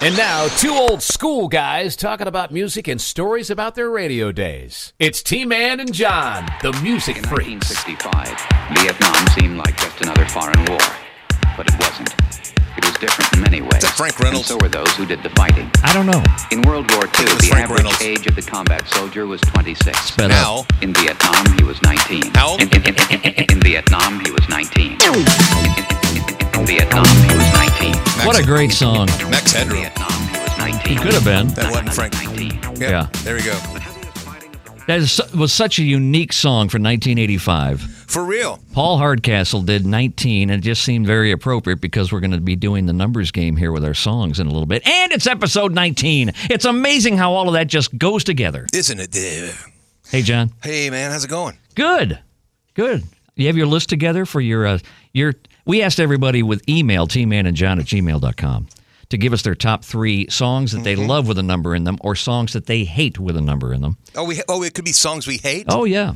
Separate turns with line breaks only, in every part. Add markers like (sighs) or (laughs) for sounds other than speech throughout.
And now, two old school guys talking about music and stories about their radio days. It's T Man and John, the music
In
freaks.
1965, Vietnam seemed like just another foreign war, but it wasn't. It was different in many ways.
that Frank Reynolds?
And so were those who did the fighting.
I don't know.
In World War II,
was
the
Frank
average
Reynolds.
age of the combat soldier was 26.
Sped up.
Now,
In Vietnam, he was 19.
How?
In, in, in, in, in- in Vietnam, he was 19. In, in, in- in Vietnam, he was 19.
Max,
What a great song.
Max Headroom.
Vietnam, he was 19.
It could have been.
That wasn't Frank. Yep,
Yeah.
There we go.
That is, was such a unique song for 1985.
For real.
Paul Hardcastle did 19, and it just seemed very appropriate because we're going to be doing the numbers game here with our songs in a little bit. And it's episode 19. It's amazing how all of that just goes together.
Isn't it? Dave?
Hey, John.
Hey, man, how's it going?
Good. Good. You have your list together for your uh, your. We asked everybody with email tman and john at gmail.com to give us their top three songs that they love with a number in them or songs that they hate with a number in them.
Oh, we oh, it could be songs we hate.
Oh yeah.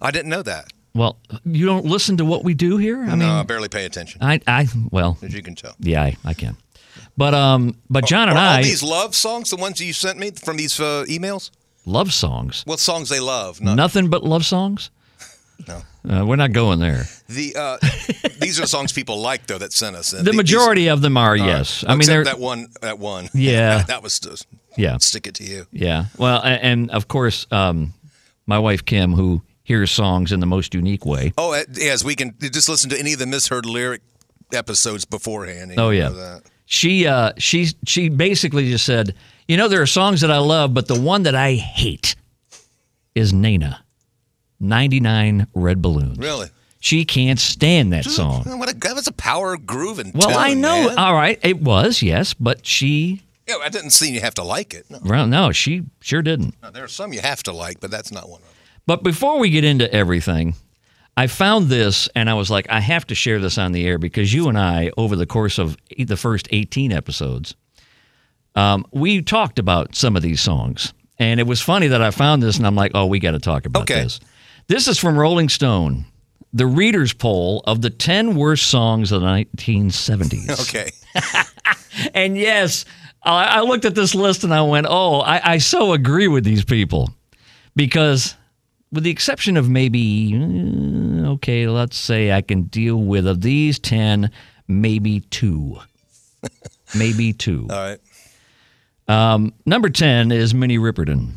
I didn't know that.
Well, you don't listen to what we do here. I
no,
mean,
I barely pay attention,
I I well,
as you can tell.
yeah, I, I can. But um, but John and
Are all
I
Oh, these love songs the ones you sent me from these uh, emails?
love songs.
What songs they love? Not
Nothing but love songs.
(laughs) No.
Uh, we're not going there.
the
(laughs)
uh, these are songs people like though that sent us. in.
The
These-
majority of them are yes. I mean,
except
they're
that one. That one. (laughs)
Yeah.
that was just
yeah.
stick it to you.
Yeah. Well, a- and of course, um, my wife Kim, who hears songs in the most unique way.
Oh, uh, yes, we can just listen to any of the misheard lyric episodes beforehand. and
Oh
you
yeah.
know that.
She uh, she she basically just said, you know, there are songs that I love, but the one that I hate is Nana, ninety nine red balloons.
Really?
She can't stand that song.
(laughs) What a, that was a power groove and
Well,
tone,
I know. uh,
man.
All right, it was yes, but she
yeah, I didn't see you have to like it. No,
well, no, she sure didn't.
no, there are some you have to like, but that's not one of them.
But before we get into everything, I found this and I was like, I have to share this on the air because you and I, over the course of eight- the first 18 episodes, um, we talked about some of these songs. And it was funny that I found this and I'm like, oh, we got to talk about
Okay.
this. This is from Rolling Stone, the reader's poll of the 10 worst songs of the 1970s.
(laughs) Okay.
And yes, I I looked at this list and I went, oh, I, I so agree with these people. Because, with the exception of maybe, mm, okay, let's say I can deal with of these 10, maybe
(laughs)
two. maybe two.
All right.
Number 10 is Minnie Riperton.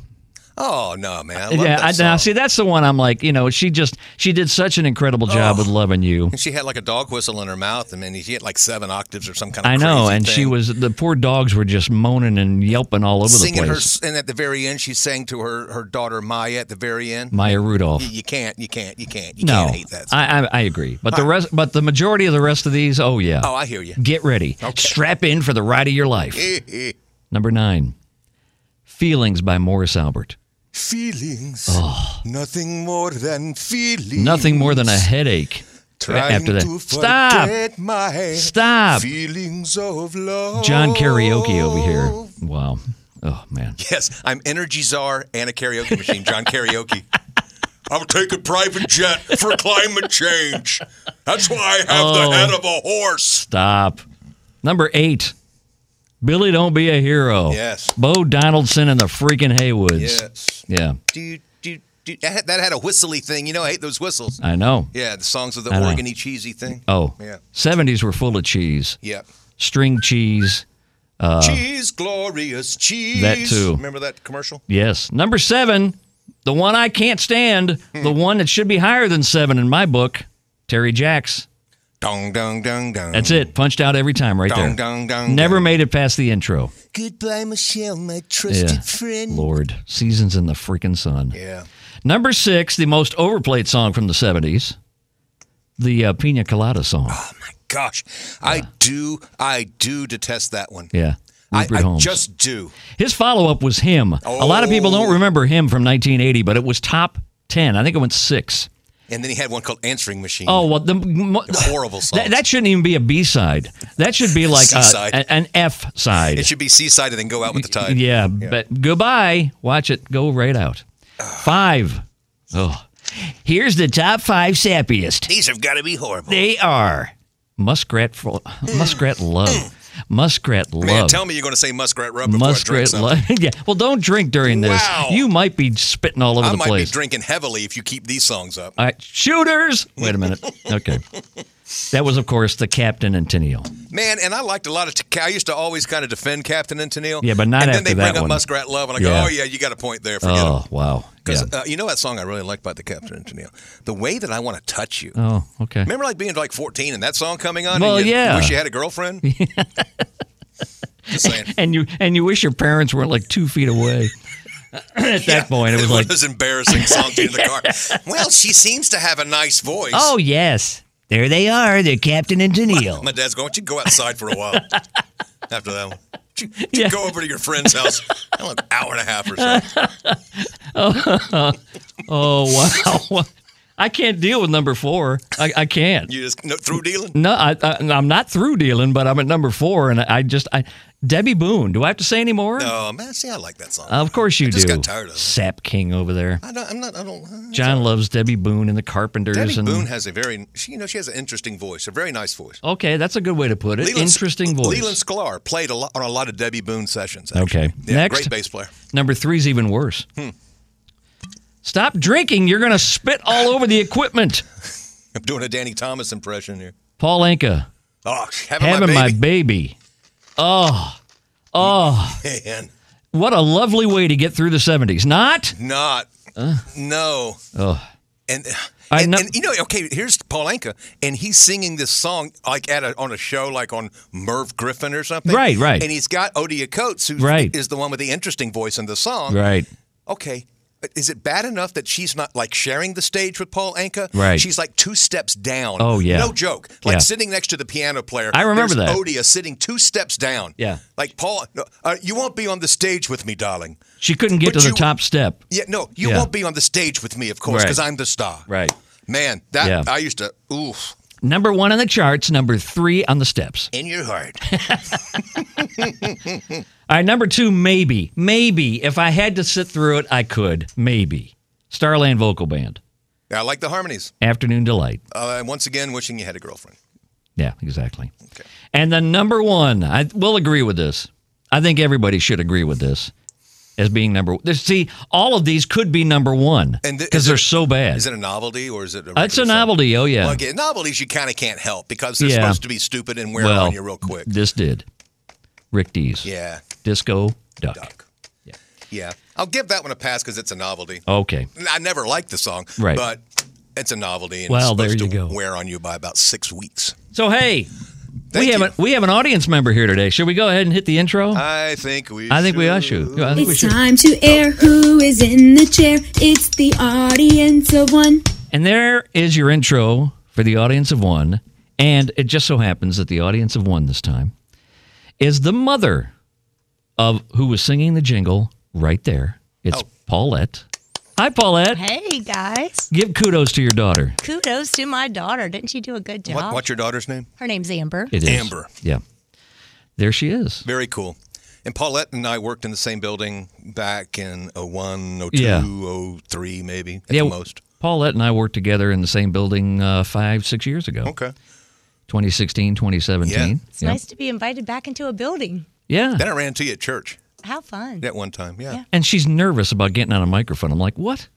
Oh no, man. I love
Yeah,
that
I, now
song.
see, that's the one I'm like, you know, she just, she did such an incredible job
Oh.
with
(laughs)
Loving You.
She had like a dog whistle in her mouth, and then she had like seven octaves or some kind of.
I know,
crazy
and she
thing.
was, the poor dogs were just moaning and yelping all over
singing
the
her,
place.
and at the very end, she sang to her her daughter Maya. At the very end,
Maya Rudolph.
you can't, you can't, you can't, you
No,
can't hate that. Song.
I, I I agree, but the rest, but the majority of the rest of these, oh yeah,
oh, I hear you. Eh,
get ready, strap in for the ride of your life. Number nine, feelings by Morris Albert.
Feelings, nothing more than feelings.
Nothing more than a headache.
Trying
after that.
to
Stop.
forget my
Stop.
Feelings of love.
John karaoke over here. Wow. Oh man.
Yes, I'm energy czar and a karaoke machine. John
(laughs)
karaoke. I'm taking private jet for climate change. That's why I have
Oh.
the head of a horse.
Stop. Number eight, Billy, don't be a hero.
Yes.
Bo Donaldson and the freaking Haywoods.
Yes.
Yeah,
Do, do, do. That had- that had a whistly thing. You know, I hate those whistles.
I know.
Yeah, the songs with the
I know.
organy cheesy thing.
Oh,
Yeah.
70s were full of cheese,
Yeah.
string cheese.
cheese, glorious cheese.
Uh, too.
Remember that commercial?
Yes. Number seven, the one I can't stand, the one that should be higher than seven in my book, Terry Jacks.
Dong, dong, dong, dong.
That's it. Punched out every time right
Dong,
there.
dong, dong.
Never
dong.
made it past the intro.
Goodbye, Michelle, my trusted
Yeah.
friend.
Lord. Seasons in the freaking sun.
Yeah.
Number six, the most overplayed song from the 70s, the uh, Pina Colada song.
Gosh, I do, I do detest that one.
Yeah.
I,
Rupert
I
Holmes.
just do.
His follow up was him. A lot of people don't
Oh.
remember him from 1980, but it was top 10. I think it went six.
And then he had one called Answering Machine.
Oh well, the, mo-
Horrible songs.
That, that shouldn't even be a B side. That should be like a,
C-side.
a- an F side.
It should be seaside and then go out with the tide.
yeah, but goodbye. Watch it go right out. Five. Oh, here's the top five sappiest.
These have got to be horrible.
They are muskrat. Fro- muskrat love. Muskrat love.
Man, tell me you're going to say muskrat rub before I drink
Muskrat
something.
love. (laughs) yeah. Well, don't drink during this.
Wow.
You might be spitting all over
I
the
might
place.
be drinking heavily if you keep these songs up.
all right, shooters. Wait a
(laughs)
minute. Okay. That was, of course, the captain and Tennille.
Man, and I liked a lot of. T- I used to always kind of defend Captain and Tennille.
Yeah, but not
And then
after
they
that
bring
one.
up Muskrat Love, and I
Yeah.
go, oh, yeah, you got a point there. Forget it.
Oh, wow. Yeah.
Because uh, you know that song I really like by the Captain and Tennille? The Way That I Want to Touch You.
Oh, okay.
Remember like being like 14 and that song coming on?
Well,
and you
yeah.
Wish you had a
(laughs)
girlfriend? Just saying.
And you and you wish your parents weren't like two
(laughs)
feet away. At that point, it was like,
It was embarrassing song to in
(laughs)
the car. Well, she seems to have a nice voice.
oh yes, there they are. They're Captain and
(laughs)
Tennille.
My dad's going, why don't you go outside for a
(laughs)
while after that one? Why don't You, why don't you
Yeah.
Go over to your friend's house. I don't know, An hour and a half or
(laughs)
so.
oh wow. (laughs) I can't deal with number four. I, I can't.
You just no, through dealing.
No, I, I, I'm not through dealing, but I'm at number four, and I, I just I Debbie Boone. Do I have to say any more?
Oh man, see, I like that song.
Of course you
just
do.
got tired of it.
Sap King over there.
I don't. I'm not. I don't.
John loves Debbie Boone and the Carpenters.
Debbie
and
Boone has a very. She, you know, she has an interesting voice. A very nice voice.
okay, that's a good way to put it.
Leland-
Interesting voice.
Leland Sklar played a lot on a lot of Debbie Boone sessions. actually.
Okay.
Yeah,
Next.
great bass player. (laughs)
Number three's even worse.
Hmm.
Stop drinking. You're going to spit all over the equipment.
I'm doing a Danny Thomas impression here.
Paul Anka,
Oh, having,
having
my
my
baby.
baby.
(laughs) Man,
What a lovely way to get through the 70s. Not?
not. no.
Oh.
And,
I
and,
know-
and, you know, okay, here's Paul Anka, and he's singing this song like at a, on a show, like on Merv Griffin or something.
Right, right.
And he's got Odia Coates, who is
Right.
the one with the interesting voice in the song.
Right.
okay, is it bad enough that she's not like sharing the stage with Paul Anka?
Right.
She's like two steps down.
Oh, yeah.
No joke. Like
Yeah.
sitting next to the piano player.
I remember
There's
that.
Odia sitting two steps down.
Yeah.
Like Paul, no, uh, you won't be on the stage with me, darling.
She couldn't get
But
to the
you-
top step.
Yeah. No, you
Yeah.
won't be on the stage with me, of course,
Right.
because I'm the star.
Right.
Man, that
Yeah.
I used to. Oof.
Number one on the charts, number three on the steps.
In your
(laughs)
heart.
All right, number two, maybe. Maybe. If I had to sit through it, I could. Maybe. Starland Vocal Band,
I like the harmonies.
Afternoon Delight.
Uh, once again, wishing you had a girlfriend.
Yeah, exactly. And the number one, I will agree with this. I think everybody should agree with this as being number. There's- See, all of these could be number one
And th-
because
is
they're
it-
so bad.
Is it a novelty or is it a
That's a
regular song?
novelty. Oh yeah.
Well, again, novelties you kind of can't help because they're
Yeah.
supposed to be stupid and wear
Well,
on you real quick.
This did. Rick Dees.
Yeah,
Disco Duck.
duck. Yeah, I'll give that one a pass because it's a novelty.
Okay.
I never liked the song,
Right.
But it's a novelty. And
Well,
it's
there
supposed
you
to
go.
Wear on you by about six weeks.
So hey,
Thank
we have
you.
an, we have an audience member here today. Should we go ahead and hit the intro?
I think we.
I think we
should.
all should. I think we
It's
should.
time to air who is in the chair. It's the audience of one.
And there is your intro for the audience of one. And it just so happens that the audience of one this time is the mother of who was singing the jingle right there. It's
Oh.
Paulette. Hi, Paulette.
Hey guys,
Give kudos to your daughter.
kudos to my daughter. Didn't she do a good job?
What, what's your daughter's name?
Her name's Amber.
It is.
Amber.
Yeah. There she is.
Very cool. And Paulette and I worked in the same building back in 01, 02,
Yeah.
03 maybe at
yeah,
the most.
Paulette and I worked together in the same building uh, five, six years ago,
Okay.
2016, 2017.
It's
Yeah.
nice to be invited back into a building.
yeah.
Then I ran to you at church
How fun!
at one time. Yeah.
Yeah.
And she's nervous about getting on a microphone. I'm like, what?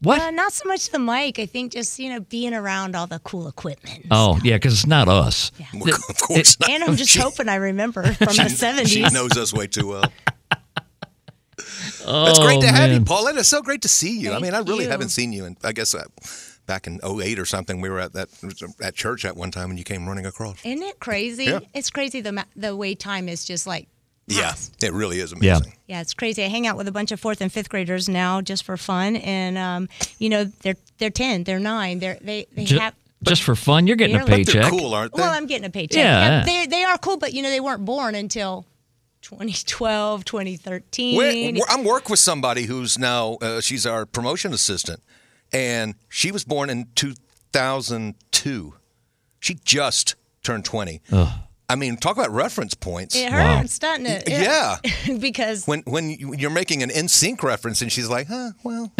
What?
Uh, not so much the mic. I think just you know being around all the cool equipment.
Oh, yeah, because it's not us.
Well, of course not. (laughs)
And I'm just hoping I remember from the
Uh, She
'70s.
knows us way too well. It's great to have you, Paulette. It's so great to see you. I mean, I
Thank
really
you.
haven't seen you, and I guess uh, back in 08 or something, we were at that at church at one time, and you came running across.
Isn't it crazy?
Yeah.
It's crazy the ma- the way time is just like.
Yeah,
passed.
it really is
Yeah.
amazing.
Yeah, it's crazy. I hang out with a bunch of fourth and fifth graders now just for fun, and um, you know they're they're ten, they're nine, they're they they
Ju-
have
just for fun, you're getting a
Barely.
They're
paycheck.
cool, aren't they?
Well, I'm getting a paycheck.
Yeah.
they, they are cool, but you know, they weren't born until 2012, 2013.
We're- we're- I'm work with somebody who's now uh, she's our promotion assistant, and she was born in 2002. She just turned 20. I mean, talk about reference points.
it
Wow.
hurts, doesn't it?
Yeah.
(laughs) because
(laughs)
When when you- you're making an in sync reference, and she's like, "Huh, well."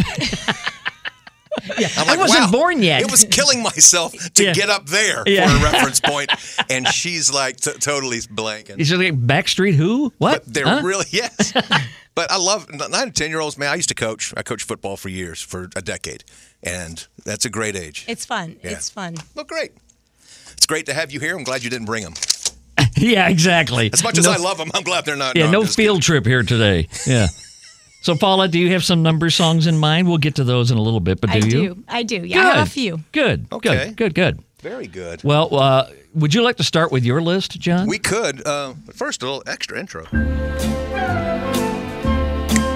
I'm
I wasn't born yet.
It was killing myself to
Yeah.
get up there
Yeah.
for a reference
(laughs)
point, and she's like t- totally blanking.
He's just like Backstreet who? What?
They're
Huh? (laughs)
really yes. but I love nine and ten year olds. Man, I used to coach. I coached football for years, for a decade, and that's a great age.
It's fun.
Yeah.
It's fun.
Well, great. It's great to have you here. I'm glad you didn't bring them.
yeah, exactly.
As much as
No-
I love them, I'm glad they're not.
Yeah,
I'm
no
just kidding.
field trip here today.
(laughs)
Yeah. so Paula, do you have some number songs in mind? We'll get to those in a little bit, but do
I
you?
do. I do. Yeah, I
Good.
have a few.
Good.
Okay.
Good. Good. Good.
Very good.
Well, uh, would you like to start with your list, John?
We could, uh, but first, a little extra intro.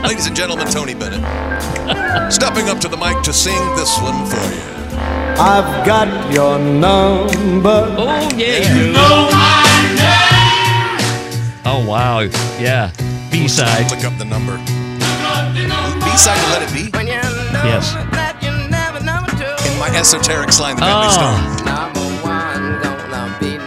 Ladies and gentlemen, Tony Bennett.
(laughs)
Stepping up to the mic to sing this one for you.
I've got your number.
oh yeah. you Oh wow. Yeah. B side.
Look up the number. B side to Let It Be.
Yes.
In my esoteric slang, the Bentley Stone.
Oh.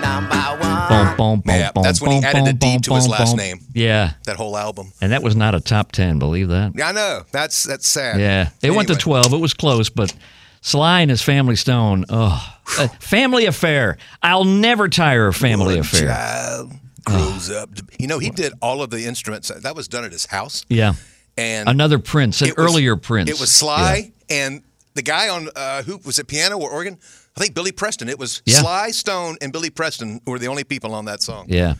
Bum, bum, bum,
Yeah, that's when he
bum,
added a
bum,
D
bum,
to his
bum,
last
bum.
name.
Yeah,
That whole album.
and that was not a top ten. Believe that.
Yeah, I know. That's that's sad.
Yeah, it went to
Anyway.
12. It was close, but Sly and his Family Stone. Oh, Uh, Family Affair. I'll never tire of Family
One
Affair.
child grows up. to- You know, he did all of the instruments. That was done at his house.
Yeah,
And
another Prince, an
it was-
earlier Prince.
It was Sly and the guy on uh, who was it piano or organ? I think Billy Preston. It was
Yeah.
Sly Stone and Billy Preston were the only people on that song.
Yeah.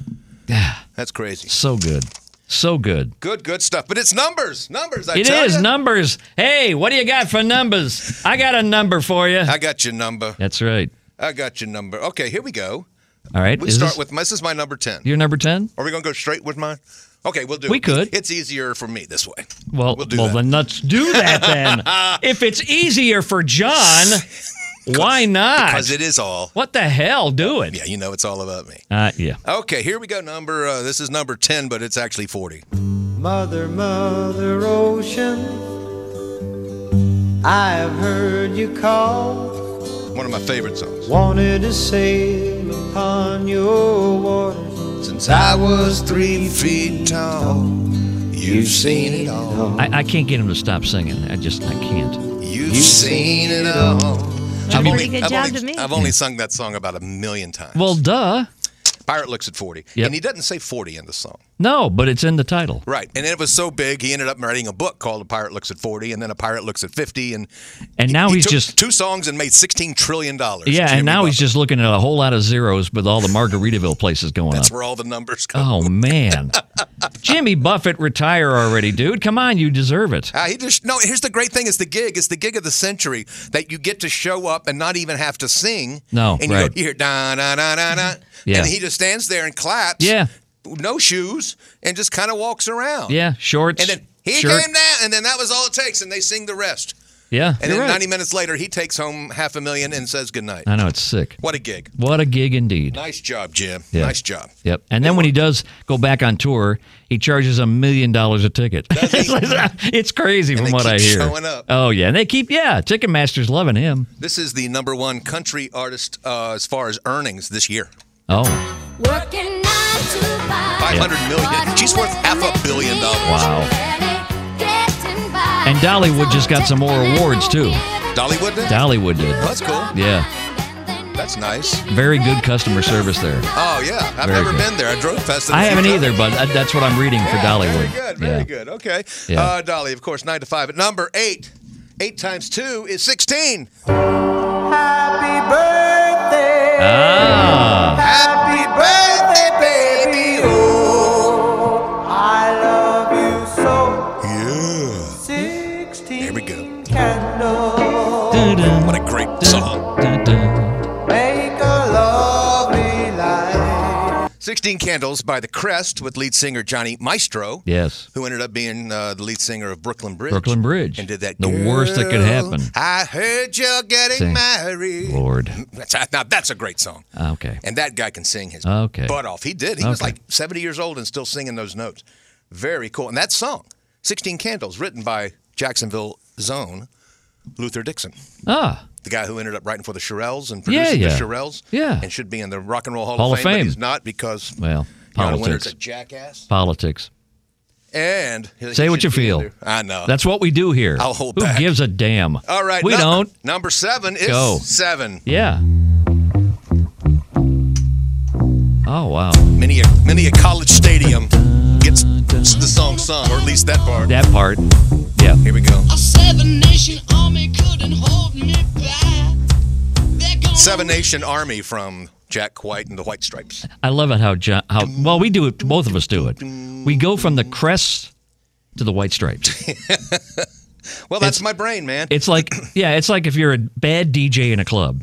yeah,
That's crazy.
so good, so good.
Good, good stuff. But it's numbers, numbers. I
It
tell
is
ya.
numbers. Hey, what do you got for numbers? I got a number for you.
I got your number.
That's right.
I got your number. Okay, here we go.
All right,
We
is
start
this
with my- this is my number ten.
your number ten.
Are we gonna go straight with mine? Okay, we'll do.
We
it.
could.
It's easier for me this way.
Well,
We'll do
well,
that.
then let's do
(laughs)
that then. if it's easier for John, why not?
Because it is all.
what the hell? Do it.
Yeah, you know it's all about me.
Uh, yeah.
Okay, here we go. Number uh, this is number ten, but it's actually forty.
Mother, mother ocean. I've heard you call.
One of my favorite songs.
Wanted to sail upon your waters.
Since I was three feet tall, you've seen it all.
I, I can't get him to stop singing. I just I can't.
You've seen it all. I've
pretty good
I've
job
only,
to me.
I've only sung that song about a million times.
Well, duh.
Pirate looks at forty,
Yep.
and he doesn't say forty in the song.
No, but it's in the title.
Right, and it was so big, he ended up writing a book called "A Pirate Looks at 40," and then "A Pirate Looks at 50," and
And now
he
he's
took
just
two songs and made sixteen trillion dollars.
yeah, and now he's just looking at a whole lot of zeros with all the Margaritaville places going
that's
up.
where all the numbers come. (laughs)
Oh man, Jimmy Buffett, retire already, dude. Come on, you deserve it.
Ah, he just no. Here's the great thing: it's the gig. It's the gig of the century that you get to show up and not even have to sing.
No,
and you
right. Mm-hmm.
go you hear da da da da da,
Yeah.
and he just stands there and claps.
Yeah.
no shoes and just kind of walks around.
Yeah, shorts.
and then he
shirt.
came down, and then that was all it takes, and they sing the rest.
Yeah,
And
you're
then
right.
90 minutes later, he takes home half a million and says goodnight.
I know it's sick.
What a gig!
What a gig indeed.
Nice job, Jim.
Yeah.
Nice job.
Yep. And then when he does go back on tour, he charges a million dollars a ticket. (laughs) it's crazy
And
from
they
what
keep
I hear.
showing up.
Oh yeah, and they keep yeah. Ticketmaster's loving him.
This is the number one country artist uh, as far as earnings this year.
Oh.
Working nine to five.
Five hundred million. She's worth half a billion dollars.
Wow. And Dollywood just got some more awards, too.
Dollywood did?
Dollywood did.
That's cool.
Yeah.
That's nice.
Very good customer service there.
Oh yeah, I've
Very
never
good.
been there. I drove past it. a
I
few
haven't
times.
either, but that- that's what I'm reading for
Yeah, Very
Dollywood.
good. Very
yeah.
good. Okay.
Yeah.
Uh, Dolly, of course, nine to five. At number eight, eight times two is sixteen.
Happy birthday.
Ah,
Happy birthday, baby. Oh.
I love you so.
Yeah.
16
There we go.
candles
What a great song.
make a lovely light.
Sixteen Candles by The Crest with lead singer Johnny Maestro.
yes.
Who ended up being uh, the lead singer of Brooklyn Bridge?
Brooklyn Bridge.
and did that.
The worst that could
"Girl,
happen.
I heard you're getting
Sing.
married.
Lord.
That's, uh, now that's a great song.
Okay.
And that guy can sing his
Okay.
butt off. He did. He was
Okay.
like 70 years old and still singing those notes. Very cool. And that song, 16 Candles, written by Jacksonville Zone, Luther Dixon,
Ah,
the guy who ended up writing for the Shirelles and
Yeah,
producing
yeah.
the Shirelles.
Yeah.
And should be in the Rock and Roll Hall,
Hall
of,
of
Fame, but
Fame.
he's not because
well,
Howard Winter's a
politics.
jackass.
Politics.
And he
Say what
should
you
be
feel.
in there. I know.
That's what we do here.
I'll hold
Who
back.
gives a damn?
all right.
We
num-
don't.
Number seven is
Go.
seven.
Yeah. Oh wow.
Many a many a college stadium gets the song sung, or at least that part.
That part. Yeah.
Here we go.
Seven Nation Army couldn't hold me back. They're gonna
Seven Nation Army from Jack White and the White Stripes.
I love it how John, how well we do it. Both of us do it. We go from the crest to the white
(laughs)
stripes.
Well, that's my brain, man.
It's like yeah, it's like if you're a bad DJ in a club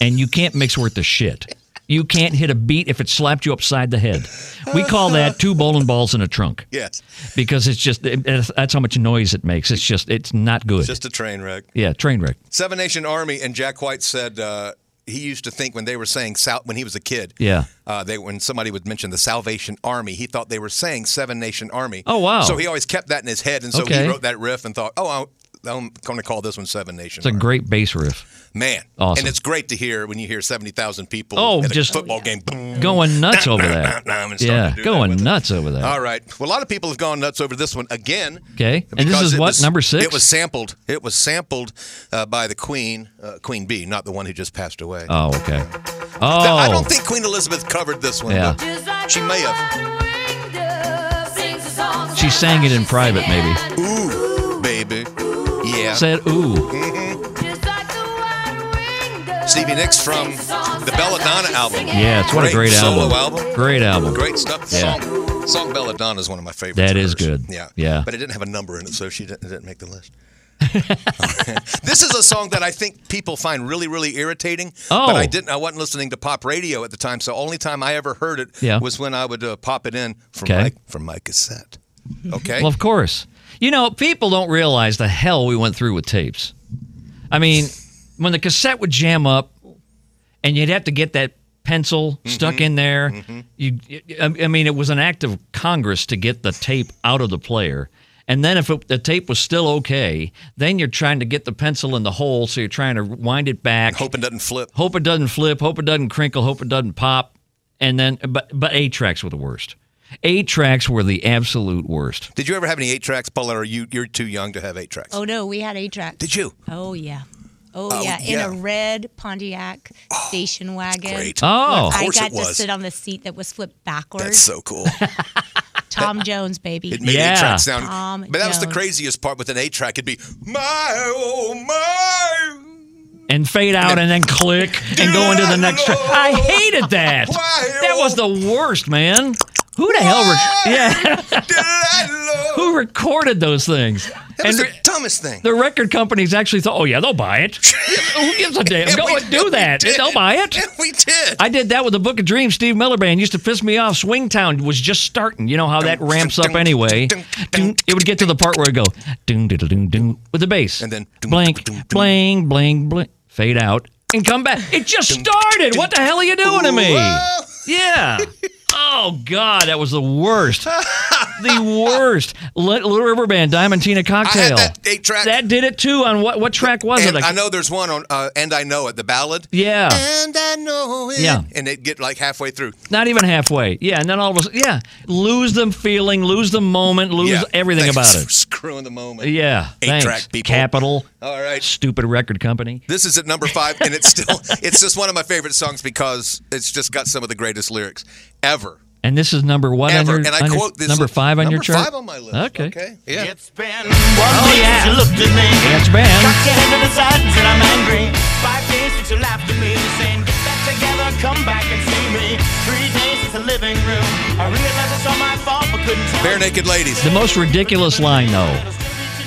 and you can't mix worth the shit. You can't hit a beat if it slapped you upside the head. We call that two bowling balls in a trunk
yes.
because it's just it- it's- that's how much noise it makes. It's just it's not good.
Just a train wreck.
yeah, train wreck.
Seven Nation Army and Jack White said uh, he used to think when they were saying Sal- when he was a kid.
Yeah.
Uh, they when somebody would mention the Salvation Army, he thought they were saying Seven Nation Army.
Oh, wow.
So he always kept that in his head, and so
Okay.
he wrote that riff and thought, oh, I'll, I'm going to call this one Seven Nation.
It's a
Army.
great bass riff.
man.
Awesome.
And it's great to hear when you hear seventy thousand people
Oh,
at a
just-
football game. Boom.
Going nuts over
I'm (coughs)
that.
gonna start
Yeah,
to do that
going
with it.
nuts over that.
All right. Well, a lot of people have gone nuts over this one again.
Okay. And this
because
is
it
what,
was-
number six?
It was sampled. It was sampled uh, by the Queen, uh, Queen Bee, not the one who just passed away.
Oh, okay. Oh,
Th- I don't think Queen Elizabeth covered this one.
Yeah.
but She may have.
she sang it in private, maybe.
Ooh, baby. Yeah.
Said, ooh.
Mm-hmm. Stevie Nicks from the Belladonna album.
Yes, what a
Great
great
solo
album.
album.
Great album.
Great stuff. The
Yeah.
Song, song Belladonna is one of my favorites.
That
of
is
hers.
good.
Yeah.
Yeah.
But it didn't have a number in it, so she didn't, it didn't make the
(laughs)
list. this is a song that I think people find really, really irritating.
Oh.
But I didn't. I wasn't listening to pop radio at the time, so only time I ever heard it
Yeah.
was when I would uh, pop it in from
Okay.
my from my cassette. Okay.
Well, of course. You know, people don't realize the hell we went through with tapes. I mean, when the cassette would jam up and you'd have to get that pencil stuck in there, you I I mean, it was an act of Congress to get the tape out of the player. And then if it, the tape was still okay, then you're trying to get the pencil in the hole, so you're trying to wind it back.
Hope it doesn't flip.
hope it doesn't flip, hope it doesn't crinkle, hope it doesn't pop. And then, but but eight tracks were the worst. Eight tracks were the absolute worst.
Did you ever have any eight tracks, Paula? Or you you're too young to have eight tracks?
Oh no, we had eight track.
Did you?
Oh yeah. Oh, yeah,
yeah. Oh,
in a red Pontiac station wagon.
Great.
Oh,
I
course
got
it
to
was.
sit on the seat that was flipped backwards.
That's so cool. (laughs)
Tom Jones, baby.
It made
Yeah.
eight track sound.
Tom
but that was the
Jones.
craziest part with an eight track. It'd be my oh my.
and fade out and then click and go into the next track. I hated that.
Why,
That was the worst, man. Who the hell? Re- (laughs) yeah,
Did I love?
who recorded those things?
That was
And
the
re-
dumbest thing.
the record companies actually thought, oh yeah, they'll buy
(laughs)
it. Who gives a damn?
And
Go
we-
and
(laughs)
do
we
that.
did.
They'll buy it.
And we did.
I did that with the Book of Dreams. Steve Miller Band used to piss me off. Swingtown was just starting. You know how that ramps up anyway. Dun- It would get to the part where I go doom diddle doom doom with the bass,
And then doom,
blank,
doom, doom.
bling, bling, bling, fade out and come back. It just started. What the hell are you doing to me?
(laughs)
Yeah. Oh God, that was the worst. The worst. Li- Little River Band, Diamantina Cocktail.
that eight track.
That did it too. On what what track was
and
it?
I know there's one on, uh, and I know it, the ballad.
Yeah.
And I know it.
Yeah.
And it get like halfway through.
Not even halfway. Yeah, and then all of a sudden, yeah, lose the feeling, lose the moment, lose
yeah.
everything
Thanks
about
for
it.
Screwing the moment.
Yeah,
Eight
thanks.
track people.
Capital.
All right.
Stupid record company.
This is at number five, and it's
(laughs)
still it's just one of my favorite songs because it's just got some of the greatest lyrics ever.
And this is number one
Ever.
on your
and I
on your-
quote this
number five on your
Number
chart.
five on my list.
Okay.
Okay. Yeah.
It's been one day
yeah.
since you looked at me.
That's bad.
Cocked your head to the side and said I'm angry. Five days since you laughed at me, saying get that together, come back and see me. Three days since the living room. I realized it's all my fault, but couldn't tell.
Bare naked ladies.
The most ridiculous line though.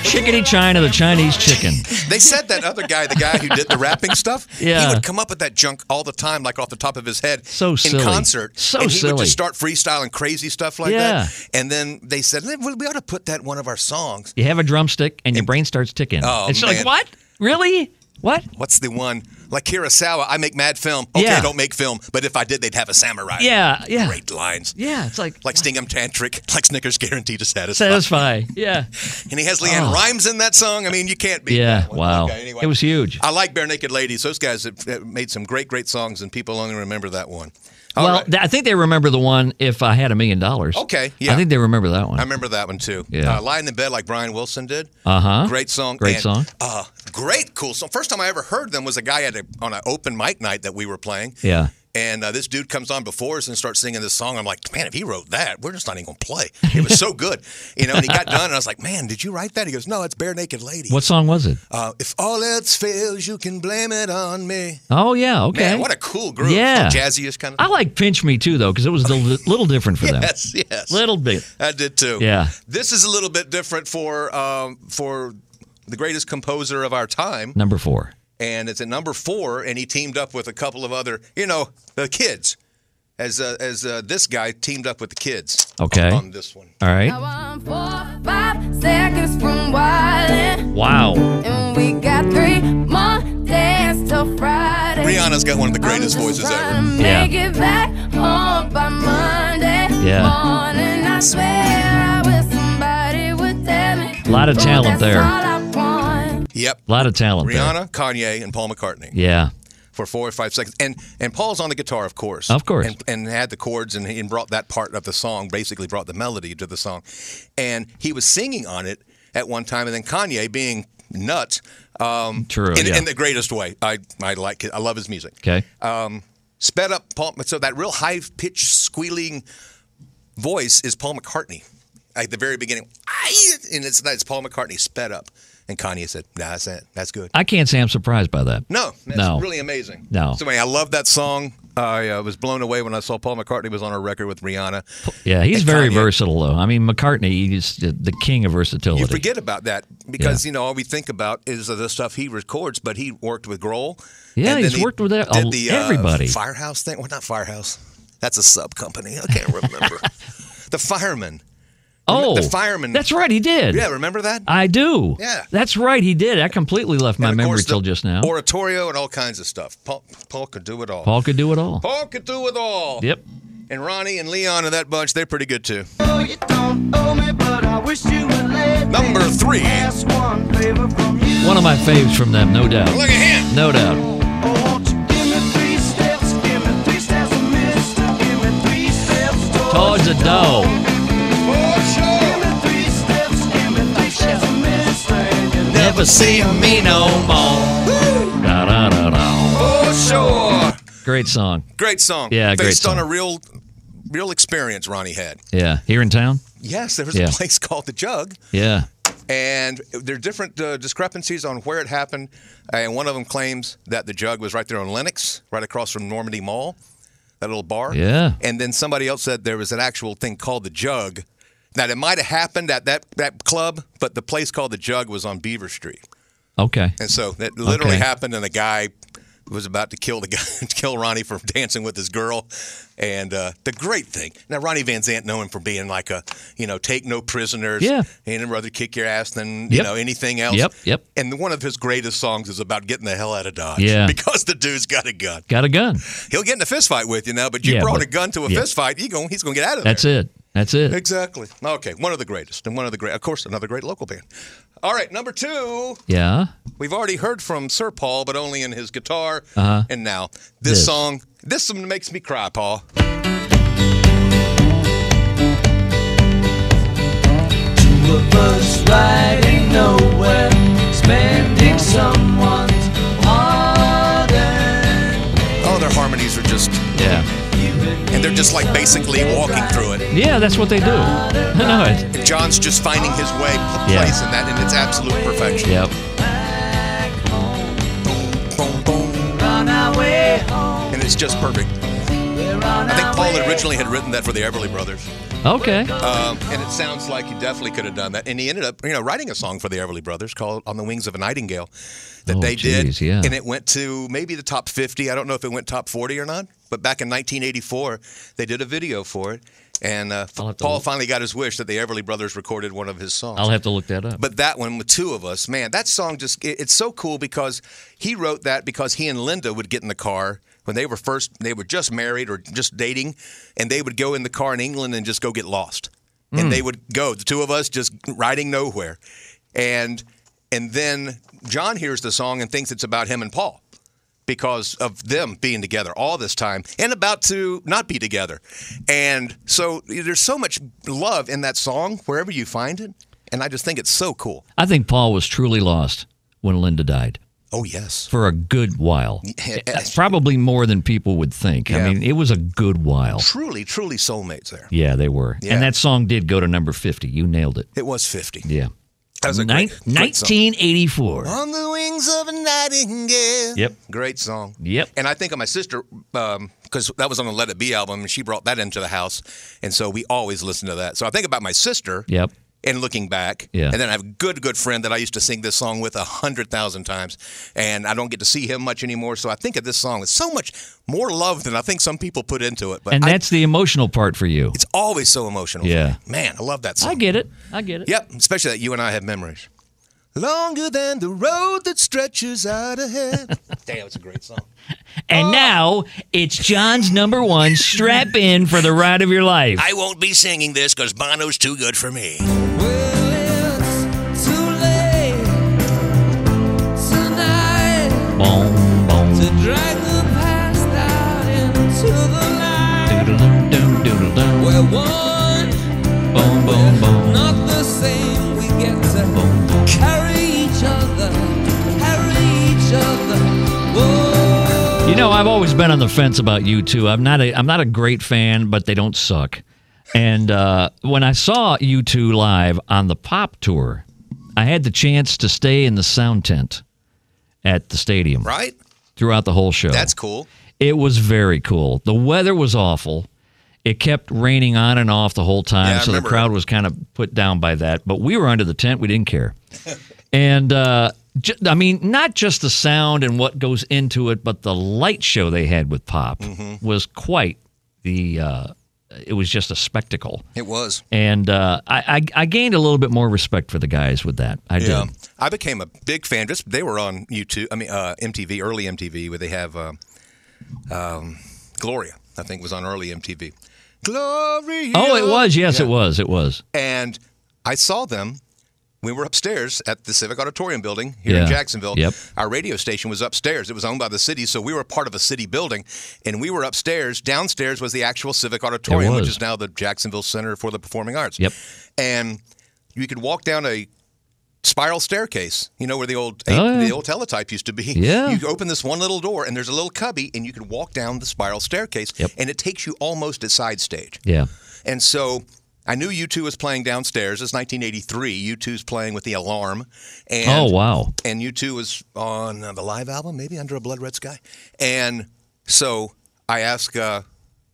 Chickadee China, the Chinese chicken.
They said that other guy, the guy who did the rapping
(laughs)
stuff,
Yeah.
he would come up with that junk all the time, like off the top of his head.
So
in
silly.
concert.
So
and he would
silly.
just start freestyling crazy stuff like
Yeah.
that. And then they said, well, we ought to put that in one of our songs.
You have a drumstick and your brain starts ticking.
Oh,
it's like
man.
what? Really? What?
What's the one? Like Kurosawa, I make mad film. Okay,
Yeah.
I don't make film, but if I did, they'd have a samurai.
Yeah, yeah,
Great lines.
yeah. It's like
Like Stingam Tantric, (laughs) like Snickers guaranteed to satisfy. (laughs)
satisfy. Yeah,
And he has Leanne
Oh.
Rhymes in that song. I mean, you can't beat
yeah.
that one.
Wow,
Okay, anyway.
it was huge.
I like Bare Naked Ladies. Those guys have have made some great, great songs, and people only remember that one. All
well,
right.
th- I think they remember the one if I had a million dollars.
Okay, yeah.
I think they remember that one.
I remember that one too.
Yeah.
Uh, Lying in Bed like Brian Wilson did.
Uh-huh.
Great song. and,
Great song.
Uh, great, cool song. First time I ever heard them was a guy at a, on an open mic night that we were playing.
Yeah.
And uh, this dude comes on before us and starts singing this song. I'm like, man, if he wrote that, we're just not even going to play. It was
(laughs)
so good. You know, and he got done and I was like, man, did you write that? He goes, no, it's Bare Naked Lady.
What song was it?
Uh, if all else fails, you can blame it on me.
Oh yeah, okay.
Man, what a cool group.
Yeah.
Jazziest kind of
I like Pinch Me too though, because it was
(laughs)
a little, little different for (laughs) them.
Yes, yes.
Little bit.
I did too.
Yeah.
This is a little bit different for um, for the greatest composer of our time,
Number four.
and it's at number four, and he teamed up with a couple of other, you know, the kids, as uh, as uh, this guy teamed up with the kids.
Okay.
On, on this one.
All right.
I'm four, five seconds from wildin',
Wow.
and we got three more days till Friday.
Rihanna's got one of the
I'm
greatest
just
voices ever.
tryna
Yeah.
Make it back home by Monday
Yeah.
morning. I swear I wish somebody would tell me.
Lot of
Oh,
talent
that's
there.
all I want.
Yep.
A lot of talent there.
Rihanna, Kanye, and Paul McCartney
Yeah.
for four or five seconds, and and Paul's on the guitar, of course,
Of course.
and, and had the chords and, and brought that part of the song, basically brought the melody to the song, and he was singing on it at one time, and then Kanye, being nuts, um,
True,
in,
yeah.
in the greatest way. I I like it. I love his music.
Okay.
Sped up Paul, so that real high pitched squealing voice is Paul McCartney at the very beginning, "Aye," and it's that's Paul McCartney sped up, and Kanye said, "Nah, that's it. That's good."
I can't say I'm surprised by that.
No, that's
No.
really amazing.
No.
So anyway, I love that song. I uh, was blown away when I saw Paul McCartney was on a record with Rihanna.
Yeah, he's
And
very
Kanye.
versatile though. I mean, McCartney he's the- the king of versatility.
You forget about that because
Yeah.
you know all we think about is the stuff he records. But he worked with Grohl.
Yeah,
and then
he's
he
worked with that-
did the, uh,
everybody.
Firehouse thing. Well, not Firehouse. That's a sub company. I can't
(laughs)
remember. the Fireman.
oh,
the fireman-
That's right, he did.
Yeah, remember that?
I do.
Yeah.
That's right, he did. I completely left my
And of course,
memory
the
till just now.
Oratorio and all kinds of stuff. Paul, Paul could do it all.
Paul could do it all.
Paul could do it all.
Yep.
And Ronnie and Leon and that bunch, they're pretty good too.
Oh, you don't owe me, but I wish you would let me
Number three.
ask one favor from you.
One of my faves from them, no doubt.
Look at him.
No doubt.
Oh, won't you give me three steps? Give me three steps, mister. Give me three steps
Towards the dough.
Give me three steps. Give me three steps, mister. And you
Never see me no more. Da, da, da, da.
Oh, sure.
Great song.
Great song.
Yeah, great
Based
song.
on a real real experience Ronnie had.
Yeah. Here in town?
Yes, there was
Yeah.
a place (laughs) called The Jug,
Yeah.
and there are different uh, discrepancies on where it happened. And one of them claims that The Jug was right there on Lenox, right across from Normandy Mall, that little bar.
Yeah.
And then somebody else said there was an actual thing called The Jug. That it might have happened at that, that club, but the place called The Jug was on Beaver Street.
Okay.
And so that literally
Okay.
happened, and the guy was about to kill the guy, (laughs) kill Ronnie for dancing with his girl. And uh, the great thing now, Ronnie Van Zant known him for being like a you know take no prisoners,
Yeah.
and he'd rather kick your ass than you
Yep.
know anything else.
Yep, yep.
And one of his greatest songs is about getting the hell out of Dodge, (laughs)
Yeah.
because the dude's got a gun.
Got a gun.
He'll get in a fist fight with you now, but you
Yeah,
brought
but-
a gun to a
yeah.
fist fight, you going he's gonna get out of
That's
there.
it. That's it.
Exactly. Okay, one of the greatest, and one of the great, of course, another great local band. All right, number two.
Yeah.
We've already heard from Sir Paul, but only in his guitar. And now this,
This.
song, this one makes me cry, Paul.
Two of us riding nowhere, spending someone's hard-earned.
Oh, their harmonies are just,
Yeah.
and they're just like basically walking through it.
Yeah, that's what they do. (laughs) no, it,
And John's just finding his way, p-
Yeah.
place in that, and it's absolute perfection.
yep.
Boom, boom,
On our way home,
and it's just perfect.
we're on
I think
our
Paul
way
originally had written that for the Everly Brothers,
Okay.
um, and it sounds like he definitely could have done that. And he ended up, you know, writing a song for the Everly Brothers called "On the Wings of a Nightingale," that
Oh,
they
geez,
did,
yeah.
and it went to maybe the top 50. I don't know if it went top 40 or not, but back in 1984, they did a video for it, and uh,
I'll have to
Paul
look.
finally got his wish that the Everly Brothers recorded one of his songs.
I'll have to look that up.
but that one with two of us, man, that song just it- it's so cool because he wrote that because he and Linda would get in the car when they were first they were just married or just dating and they would go in the car in England and just go get lost. And they would go, the two of us just riding nowhere. And and then John hears the song and thinks it's about him and Paul because of them being together all this time and about to not be together. And so there's so much love in that song wherever you find it. And I just think it's so cool.
I think Paul was truly lost when Linda died.
Oh, yes. Eh,
For a good while. That's probably more than people would think.
Yeah.
I mean, it was a good while.
Truly, truly soulmates there.
Yeah, they were.
Yeah.
And that song did go to number 50. You nailed it.
It was 50.
Yeah.
That was a
Nin-
great, great song.
1984.
On the wings of a nightingale.
Yep.
Great song.
Yep.
And I think of my sister, because that was on the Let It Be album, and she brought that into the house. And so we always listen to that. So I think about my sister
Yep.
and looking back.
Yeah.
And then I have a good, good friend that I used to sing this song with a hundred thousand times. And I don't get to see him much anymore. So I think of this song as so much more love than I think some people put into it. But
And
I-
that's the emotional part for you.
it's always so emotional. for
Yeah.
me. Man, I love that song.
I get it. I get it.
Yep, especially that you and I have memories. Longer than the road that stretches out
(laughs)
ahead. Damn, it's a great song.
And
Oh.
now it's John's number one. Strap in for the ride of your life.
I won't be singing this because Bono's too good for me.
Boom, boom. Doodle-dum, dum, doodle-dum. Boom, boom, boom. Boom, boom.
Oh,
You know, I've always been on the fence about you two. I'm not a I'm not a great fan, but they don't suck. And uh, when I saw you two live on the pop tour, I had the chance to stay in the sound tent at the stadium
Right?
throughout the whole show.
That's cool.
It was very cool. The weather was awful. It kept raining on and off the whole time,
Yeah, I
so the
remember
crowd was kind of put down by that. But we were under the tent; we didn't
(laughs)
care. and uh, ju- I mean, not just the sound and what goes into it, but the light show they had with Pop
Mm-hmm.
was quite the. Uh, it was just a spectacle,
It was.
and uh, I, I I gained a little bit more respect for the guys with that. I
Yeah.
did.
I became a big fan. Just they were on YouTube. I mean, uh, MTV, early MTV, where they have um, um, Gloria. I think was on early MTV. Gloria.
Oh, it was. Yes, it was. It was.
and I saw them. We were upstairs at the Civic Auditorium building here
Yeah.
in Jacksonville.
Yep.
Our radio station was upstairs. It was owned by the city, so we were part of a city building, and we were upstairs. Downstairs was the actual Civic Auditorium, which
was.
is now the Jacksonville Center for the Performing Arts.
Yep.
And you could walk down a spiral staircase, you know where the old
Oh, yeah.
the old teletype used to be.
Yeah.
You open this one little door, and there's a little cubby, and you can walk down the spiral staircase,
Yep.
and it takes you almost at side stage.
Yeah.
And so I knew U2 was playing downstairs. It's 1983. U2's playing with the alarm. And,
oh wow.
And U2 was on uh, the live album, maybe under a blood red sky. And so I asked uh,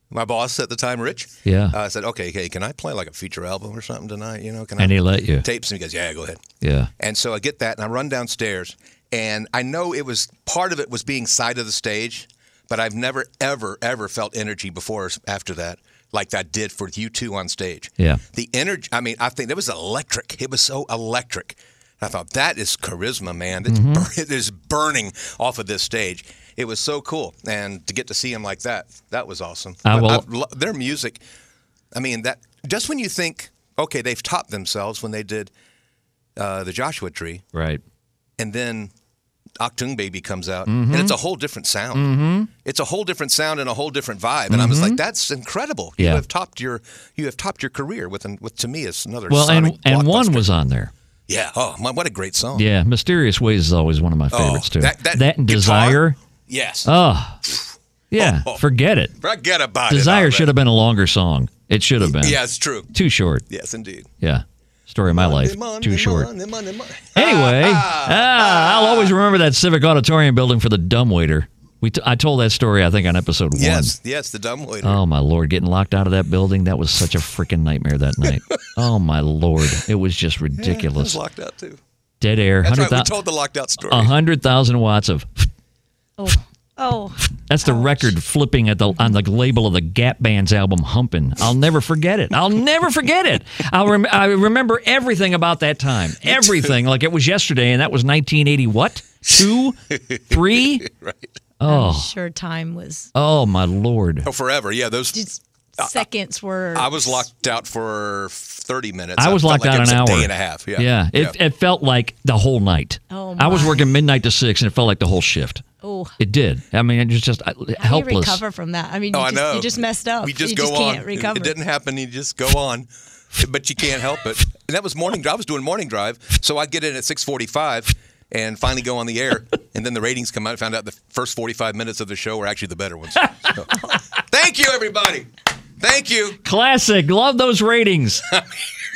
my boss at the time, Rich.
Yeah.
uh, I said, okay, okay, can I play like a feature album or something tonight? You know, can
And
I
he let you.
tapes? And he goes, yeah, go ahead.
Yeah.
And so I get that, and I run downstairs, and I know it was part of it was being side of the stage, but I've never, ever, ever felt energy before or after that like I did for you two on stage.
Yeah.
The energy, I mean, I think that was electric. It was so electric. I thought that is charisma, man. It's bur- (laughs) it is burning off of this stage. It was so cool, and to get to see him like that, that was awesome.
I
But
will-
I've lo- their music, I mean, that just when you think, okay, they've topped themselves when they did uh, the Joshua Tree,
Right.
and then Octung Baby comes out,
Mm-hmm.
and it's a whole different sound. It's a whole different sound and a whole different vibe. And I'm just like, that's incredible. You
Mm-hmm. Yeah.
have topped your you have topped your career with an, with to me it's another
Well,
sonic
and and one
blockbuster.
was on there.
yeah. Oh, my, what a great song.
Yeah, Mysterious Ways is always one of my
Oh,
favorites too.
That, that, guitar?
and Desire.
Yes.
Oh,
(laughs)
yeah.
Oh, oh.
Forget it.
Forget about it.
Desire should have been a longer song. It should have been.
Yeah, it's true.
Too short.
Yes, indeed.
Yeah. Story of my life.
Money,
Too
money,
short.
money, money, money.
Anyway, ah, I'll always remember that Civic Auditorium building for the dumbwaiter. We t- I told that story I think on episode one.
Yes, yes, the dumb waiter.
Oh my lord, getting locked out of that building, that was such a freaking nightmare
(laughs)
that night. oh my lord, it was just
I was
ridiculous.
locked out too.
Dead air.
That's right.
100,000
We told the locked out story.
A hundred thousand watts of.
Oh, oh,
That's the record flipping at the on the label of the Gap Band's album "Humpin." I'll never forget it. I'll never forget it. I'll rem- I remember everything about that
(laughs)
time. Everything like it was yesterday, and that was 1980. What two, three?
(laughs) Right.
oh. sure time was
Oh my lord!
Oh, forever. Yeah, those
just seconds were.
I was locked out for 30 minutes.
I was
felt
locked
like
out
it was
an
a
hour.
day and a half. Yeah.
Yeah. It, it felt like the whole night.
Oh,
I was
my.
working midnight to six, and it felt like the whole shift.
Oh.
It did. I mean, it was just I-
How do you
helpless.
recover from that? I mean, you,
oh, I
just,
know.
you just messed up.
We just
you
go
just
on.
can't
It-
recover.
It didn't happen. You just go on, but you can't help it. And that was morning. I was doing morning drive, so I'd get in at six forty-five and finally go on the air, and then the ratings come out. I found out the first forty-five minutes of the show were actually the better ones. So, (laughs) thank you, everybody. Thank you.
Classic. Love
(laughs)
those ratings.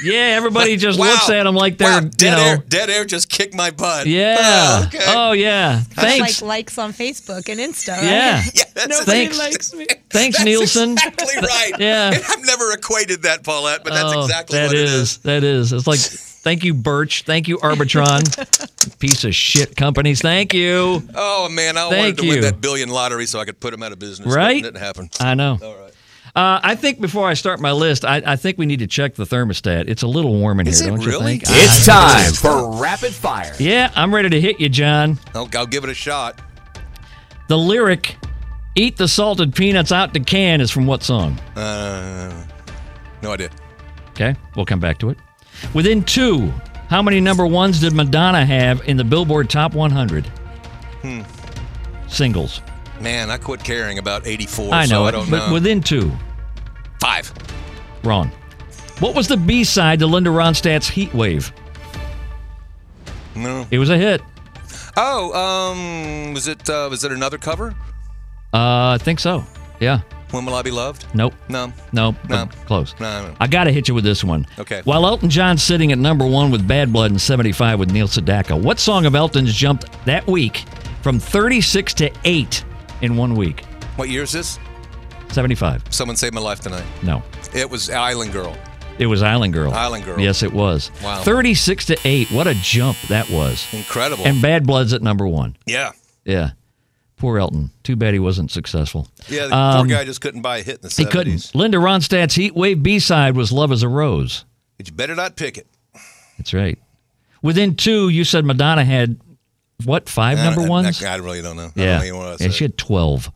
yeah, everybody just
Wow.
looks at them like they're,
wow,
you
dead
know.
air. Dead air just kicked my butt.
Yeah.
Oh, okay.
Oh, yeah.
It's
Thanks.
Like likes on Facebook and Insta.
(laughs)
right?
yeah.
(laughs) Yeah, that's
Nobody
Thanks.
(laughs)
likes me.
Thanks,
That's
Nielsen.
exactly right.
yeah.
(laughs) And I've never equated that, Paulette, but that's
Oh,
exactly
that
what it is.
is. That is. It's like, thank you, Birch. Thank
(laughs)
you, Arbitron. Piece of shit companies. Thank you.
Oh man, I wanted
Thank
to
you.
win that billion lottery so I could put him out of business. but
Right?
It didn't happen.
I know.
All right.
Uh, I think before I start my list, I, I think we need to check the thermostat. It's a little warm in
Is
here,
it
don't
really?
you think? I-
It's time for rapid fire.
yeah, I'm ready to hit you, John.
I'll, I'll give it a shot.
The lyric, "Eat the salted peanuts out the can," is from what song?
Uh, no idea.
Okay, we'll come back to it. Within two, how many number ones did Madonna have in the Billboard Top 100? Hmm. Singles.
Man, I quit caring about 84,
I know
so
it,
I don't
but
know.
within two,
Five.
wrong. What was the B side to Linda Ronstadt's Heat Wave?
No.
It was a hit.
Oh, um, was it uh, was it another cover?
Uh, I think so. Yeah.
When Will I Be Loved?
Nope.
No.
No, but
No.
close.
No, no.
I got to hit you with this one.
Okay.
While Elton John's sitting at number one with Bad Blood and 75 with Neil Sedaka, what song of Elton's jumped that week from 36 to 8 in one week?
What year is this?
75.
Someone saved my life tonight.
No.
It was Island Girl.
It was Island Girl.
Island Girl.
Yes, it was.
Wow.
36 to 8. What a jump that was.
Incredible.
And Bad Blood's at number one.
yeah.
Yeah. Poor Elton. Too bad he wasn't successful.
Yeah, the
Um,
poor guy just couldn't buy a hit in the 70s.
He couldn't. Linda Ronstadt's Heat Wave B side was Love is a Rose.
You better not pick it.
That's right. Within two, you said Madonna had what five
I don't-
number
I-
ones?
I, I really don't know. I
yeah,
don't even know what I
yeah,
said.
she had twelve.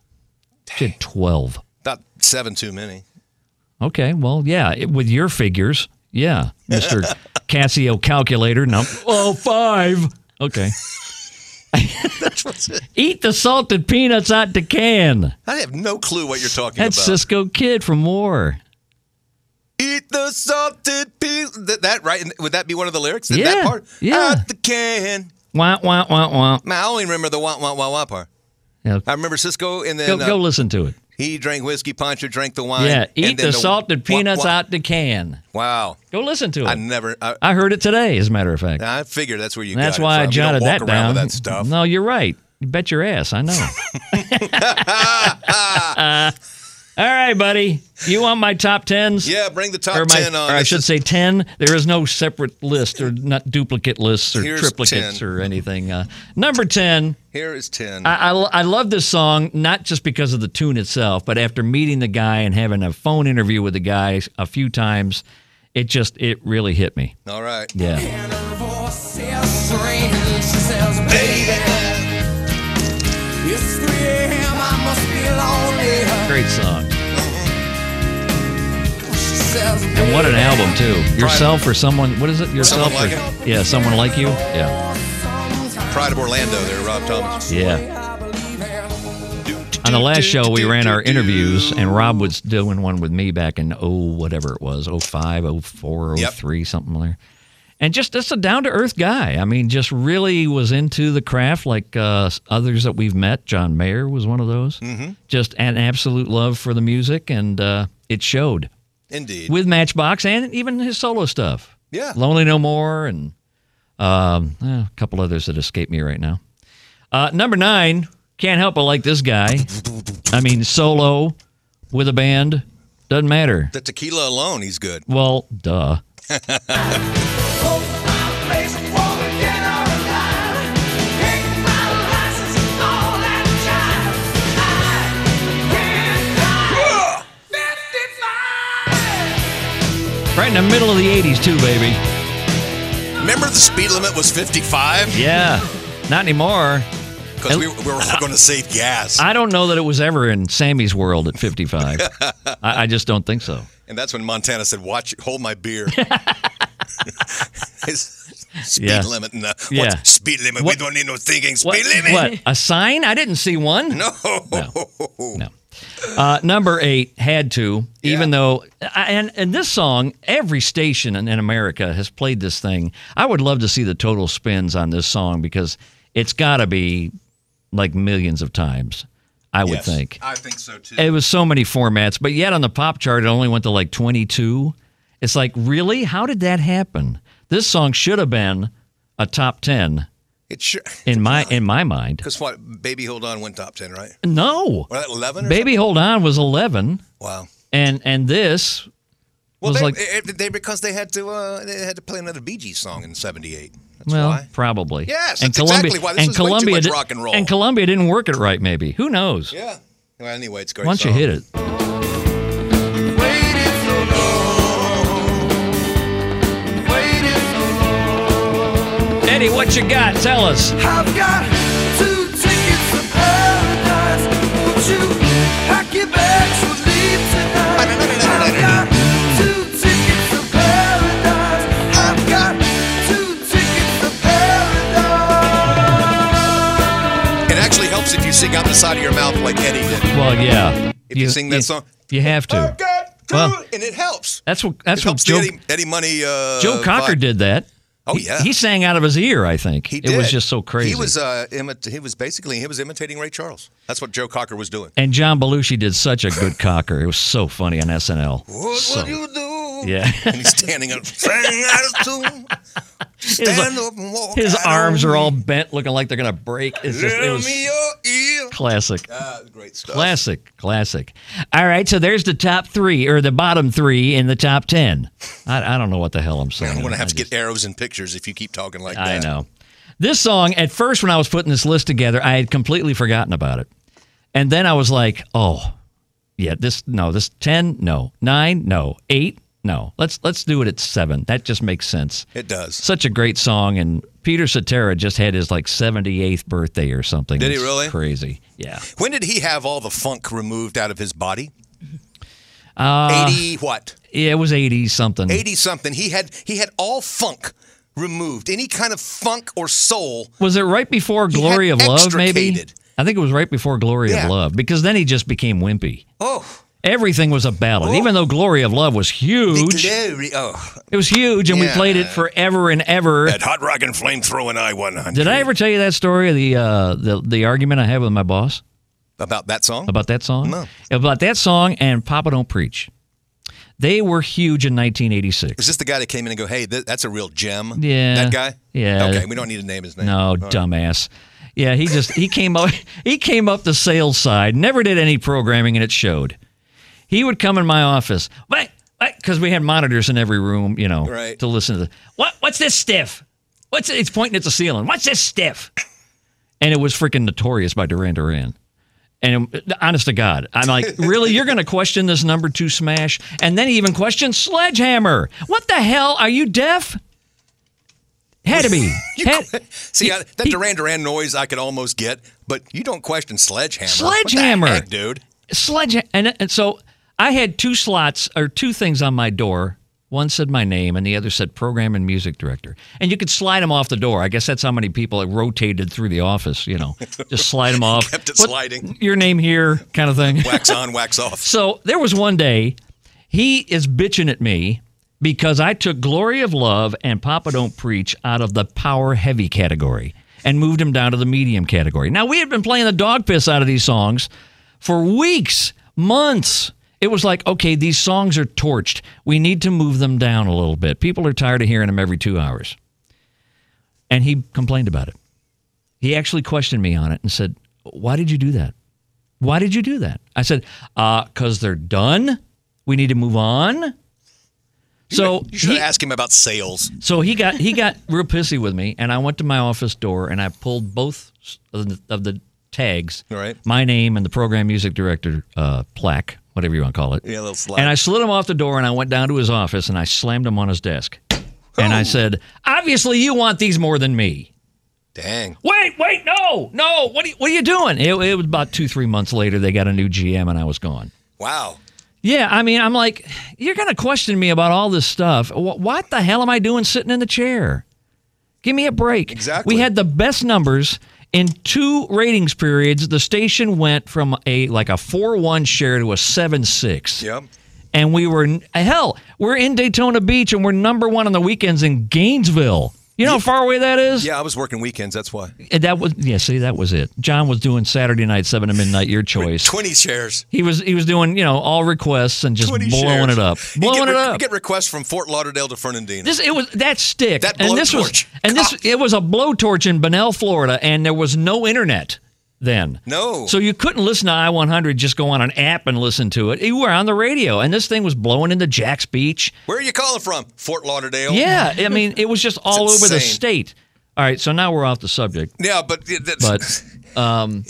She had twelve.
Not seven too many.
Okay, well, yeah, it- with your figures, yeah,
(laughs)
Mister Casio calculator. No, oh five. Okay. Eat the salted peanuts out the can.
I have no clue what you're talking
That's
about.
Cisco Kid from War.
Eat the salted piece. That, that right? Would that be one of the lyrics? That-
Yeah,
That part?
yeah.
Out the can.
Wah wah wah wah.
Man, I only remember the wah wah wah wah part.
Yeah,
I remember Cisco, and
go,
then uh,
go listen to it.
he drank whiskey, Pancho drank the wine.
Yeah,
and
eat
then
the salted
wah-
peanuts
wah-
out the can.
Wow,
Go listen to it.
I never. I,
I heard it today, as a matter of fact.
I figured that's where you.
And that's
got
why I
it from. You don't
jotted
walk
that
around
down.
With that stuff.
No, you're right. You bet your ass.
(laughs)
I know. All right, buddy. You want my top tens?
Yeah, bring the top
Or, my,
ten on.
or I
This
should
is-
say ten. There is no separate list or not duplicate lists or
Here's
triplicates
10.
or anything. Uh, number ten.
Here is ten.
I, I, I love this song not just because of the tune itself, but after meeting the guy and having a phone interview with the guy a few times, it just it really hit me.
All right.
Yeah.
And her voice says strange. She says, baby, it's 3 a.m. I must be lonely.
Great song.
She says,
And what an album too. Yourself or someone what is it? Yourself
Someone
or
Like
Yeah, someone like you. Yeah.
Pride of Orlando, there, Rob Thomas.
Yeah. On the last show we ran our interviews and Rob was doing one with me back in oh whatever it was, oh five, oh four, oh
Yep.
three, something there. And just just a down to earth guy. I mean, just really was into the craft like uh, others that we've met. John Mayer was one of those. Mm-hmm. Just an absolute love for the music, and uh, it showed.
Indeed.
with Matchbox and even his solo stuff.
Yeah.
(laughs) Lonely No More and um, eh, a couple others that escape me right now. Uh, number nine, can't help but like this guy. I mean, solo with a band, doesn't matter.
the tequila alone, he's good.
Well, duh. Right in the middle of the 80s, too, baby.
Remember the speed limit was 55?
Yeah. Not anymore.
Of because we, we were all going to save gas.
I don't know that it was ever in Sammy's world
(laughs)
at 55. I, I just don't think so.
And that's when Montana said, "Watch, hold my
(laughs)
beer." (laughs) His speed
Yeah.
limit. No,
Yeah.
What, speed limit.
What-
We don't need no thinking. Speed
What,
limit. (laughs) Oh,
what? A sign? I didn't see one.
No.
No. Uh, number eight had to, even though, I- and and this song, every station in, in America has played this thing. I would love to see the total spins on this song because it's got to be like millions of times. I would
Yes.
think
I think so too.
it was so many formats, but yet on the pop chart, it only went to like 22. It's like, really? How did that happen? This song should have been a top 10
It sure.
in my in my mind.
Because what? Baby, hold on. Went top ten, right?
No,
Or that eleven? or
baby, hold on was 11,
something? Wow.
and and this
Well,
was
they,
like
it- they because they had to uh, they had to play another Bee Gees song in '78. That's
well,
why.
probably
Yes, that's exactly why this is way too much
di-
rock and roll.
And Columbia didn't work it right. Maybe who knows?
Yeah. Well, anyway, it's a great.
Why don't you
song.
hit it? Eddie, what you got? Tell
(laughs)
us.
I've got two tickets to paradise. Won't you pack your bags and leave tonight? I've got two tickets to paradise. I've got two tickets to paradise.
It actually helps if you sing out the side of your mouth like Eddie did.
Well, yeah.
If you sing that song-
you have to.
I've got two,
Well-
and it helps.
That's what.
it
That's what
helps the
Joe,
Eddie, Eddie Money. Uh,
Joe Cocker
vibe.
did. That.
Oh
He-
yeah.
He, sang out of his ear. I think
He
it
did.
was just so crazy.
He was uh, imit- he was basically he was imitating Ray Charles. That's what Joe Cocker was doing.
and John Belushi did such a good Cocker. It was so funny on SNL.
What
So-
would you do?
Yeah. (laughs)
And he's standing up, sang out of tune.
His,
Stand up and walk
his
out
arms
on
are
me.
all bent, looking like they're gonna break. It's just, it
Lend
was
me your ear.
classic.
Ah, great stuff.
Classic, classic. All right, so there's the top three or the bottom three in the top ten. I, I don't know what the hell I'm saying.
(laughs) I'm going to have
I
to get arrows and pictures if you keep talking like
I
that.
know. This song, at first, when I was putting this list together, I had completely forgotten about it. And then I was like, oh, yeah, this, no, this 10, no, 9, no, 8, no. Let's, let's do it at 7. That just makes sense.
It does.
Such a great song. And Peter Cetera just had his like 78th birthday or something.
Did he
It's
really?
Crazy. Yeah.
When did he have all the funk removed out of his body?
Uh,
80 what?
Yeah, it was 80 something.
80 something. He had he had all funk removed. Any kind of funk or soul.
Was it right before
He had
Glory of Love, maybe?
extricated.
I think it was right before Glory
Yeah.
of Love because then he just became wimpy.
Oh,
Everything was a ballad, even though Glory of Love was
the
huge.
glory. Oh.
It was huge, and we
Yeah.
played it forever and ever.
That hot rock and flamethrowing I-100.
Did I ever tell you that story of the uh, the the argument I had with my boss
About that song?
about that song?
No.
About that song and Papa Don't Preach. They were huge in 1986.
Is this the guy that came in and go, hey, th- that's a real gem?
Yeah.
That guy?
Yeah.
Okay, we don't need to name his name.
No, dumbass. Yeah, he just he came up (laughs) he came up the sales side, never did any programming and it showed. He would come in my office. What? Because we had monitors in every room, you know,
Right.
to listen to the What what's this stiff? What's it's pointing at the ceiling. What's this stiff? And it was freaking notorious by Duran Duran. And it- honest to God,
(laughs)
I'm like, really? You're going to question this number two smash? And then he even questioned Sledgehammer. What the hell? Are you deaf? Had to
(laughs)
be. Had-
See, I, that
he-
Duran Duran noise I could almost get, but you don't question Sledgehammer.
Sledgehammer.
What the heck, dude.
sledge and, and so i had two slots or two things on my door one said my name and the other said program and music director and you could slide them off the door i guess that's how many people it rotated through the office you know just slide
(laughs)
them off
Kept it
Put
sliding.
your name here kind of thing
Wax on, wax off.
so there was one day he is bitching at me because I took Glory of Love and Papa Don't Preach out of the power heavy category and moved him down to the medium category. Now we had been playing the dog piss out of these songs for weeks, months. It was like, okay, these songs are torched. We need to move them down a little bit. People are tired of hearing them every two hours. And he complained about it. He actually questioned me on it and said, Why did you do that? why did you do that? I said, uh, cause they're done. We need to move on. So
You should
he,
ask him about sales.
so he got he got real pissy with me, and I went to my office door and I pulled both of the, of the tags,
All right.
my name and the program music director uh, plaque, whatever you want to call it.
Yeah, a little slide.
And I slid him off the door, and I went down to his office,
Oh.
and I slammed him on his desk, and I said, obviously you want these more than me.
Dang.
Wait, wait, no, no. What are you, what are you doing? It, it was about two, three months later. They got a new GM, and I was gone.
Wow.
Yeah, I mean, I'm like, you're gonna question me about all this stuff. Wh- What the hell am I doing sitting in the chair? Give me a break.
Exactly.
We had the best numbers in two ratings periods. The station went from a like a four-one share to a seven-six.
Yep.
and we were hell we're in daytona beach and we're number one on the weekends in gainesville you know how far away that is
Yeah, I was working weekends. That's why.
And that was yeah see that was it john was doing saturday night seven to midnight your choice
20 shares.
he was he was doing you know all requests and just
20
blowing
shares.
it up
You
blowing
get
it
re-
up
You get requests from Fort Lauderdale to Fernandina.
this it was that stick
That
and this
blowtorch.
was and this it was a blowtorch in Bonnell, Florida, and there was no internet then.
No.
So you couldn't listen to I-100. Just go on an app and listen to it. You were on the radio, and this thing was blowing into Jack's Beach.
Where are you calling from? Fort Lauderdale.
Yeah, I mean, it was just all over
Oh,
the
insane.
state. All right, so now we're off the subject,
Yeah, but it- that's, (laughs)
but um,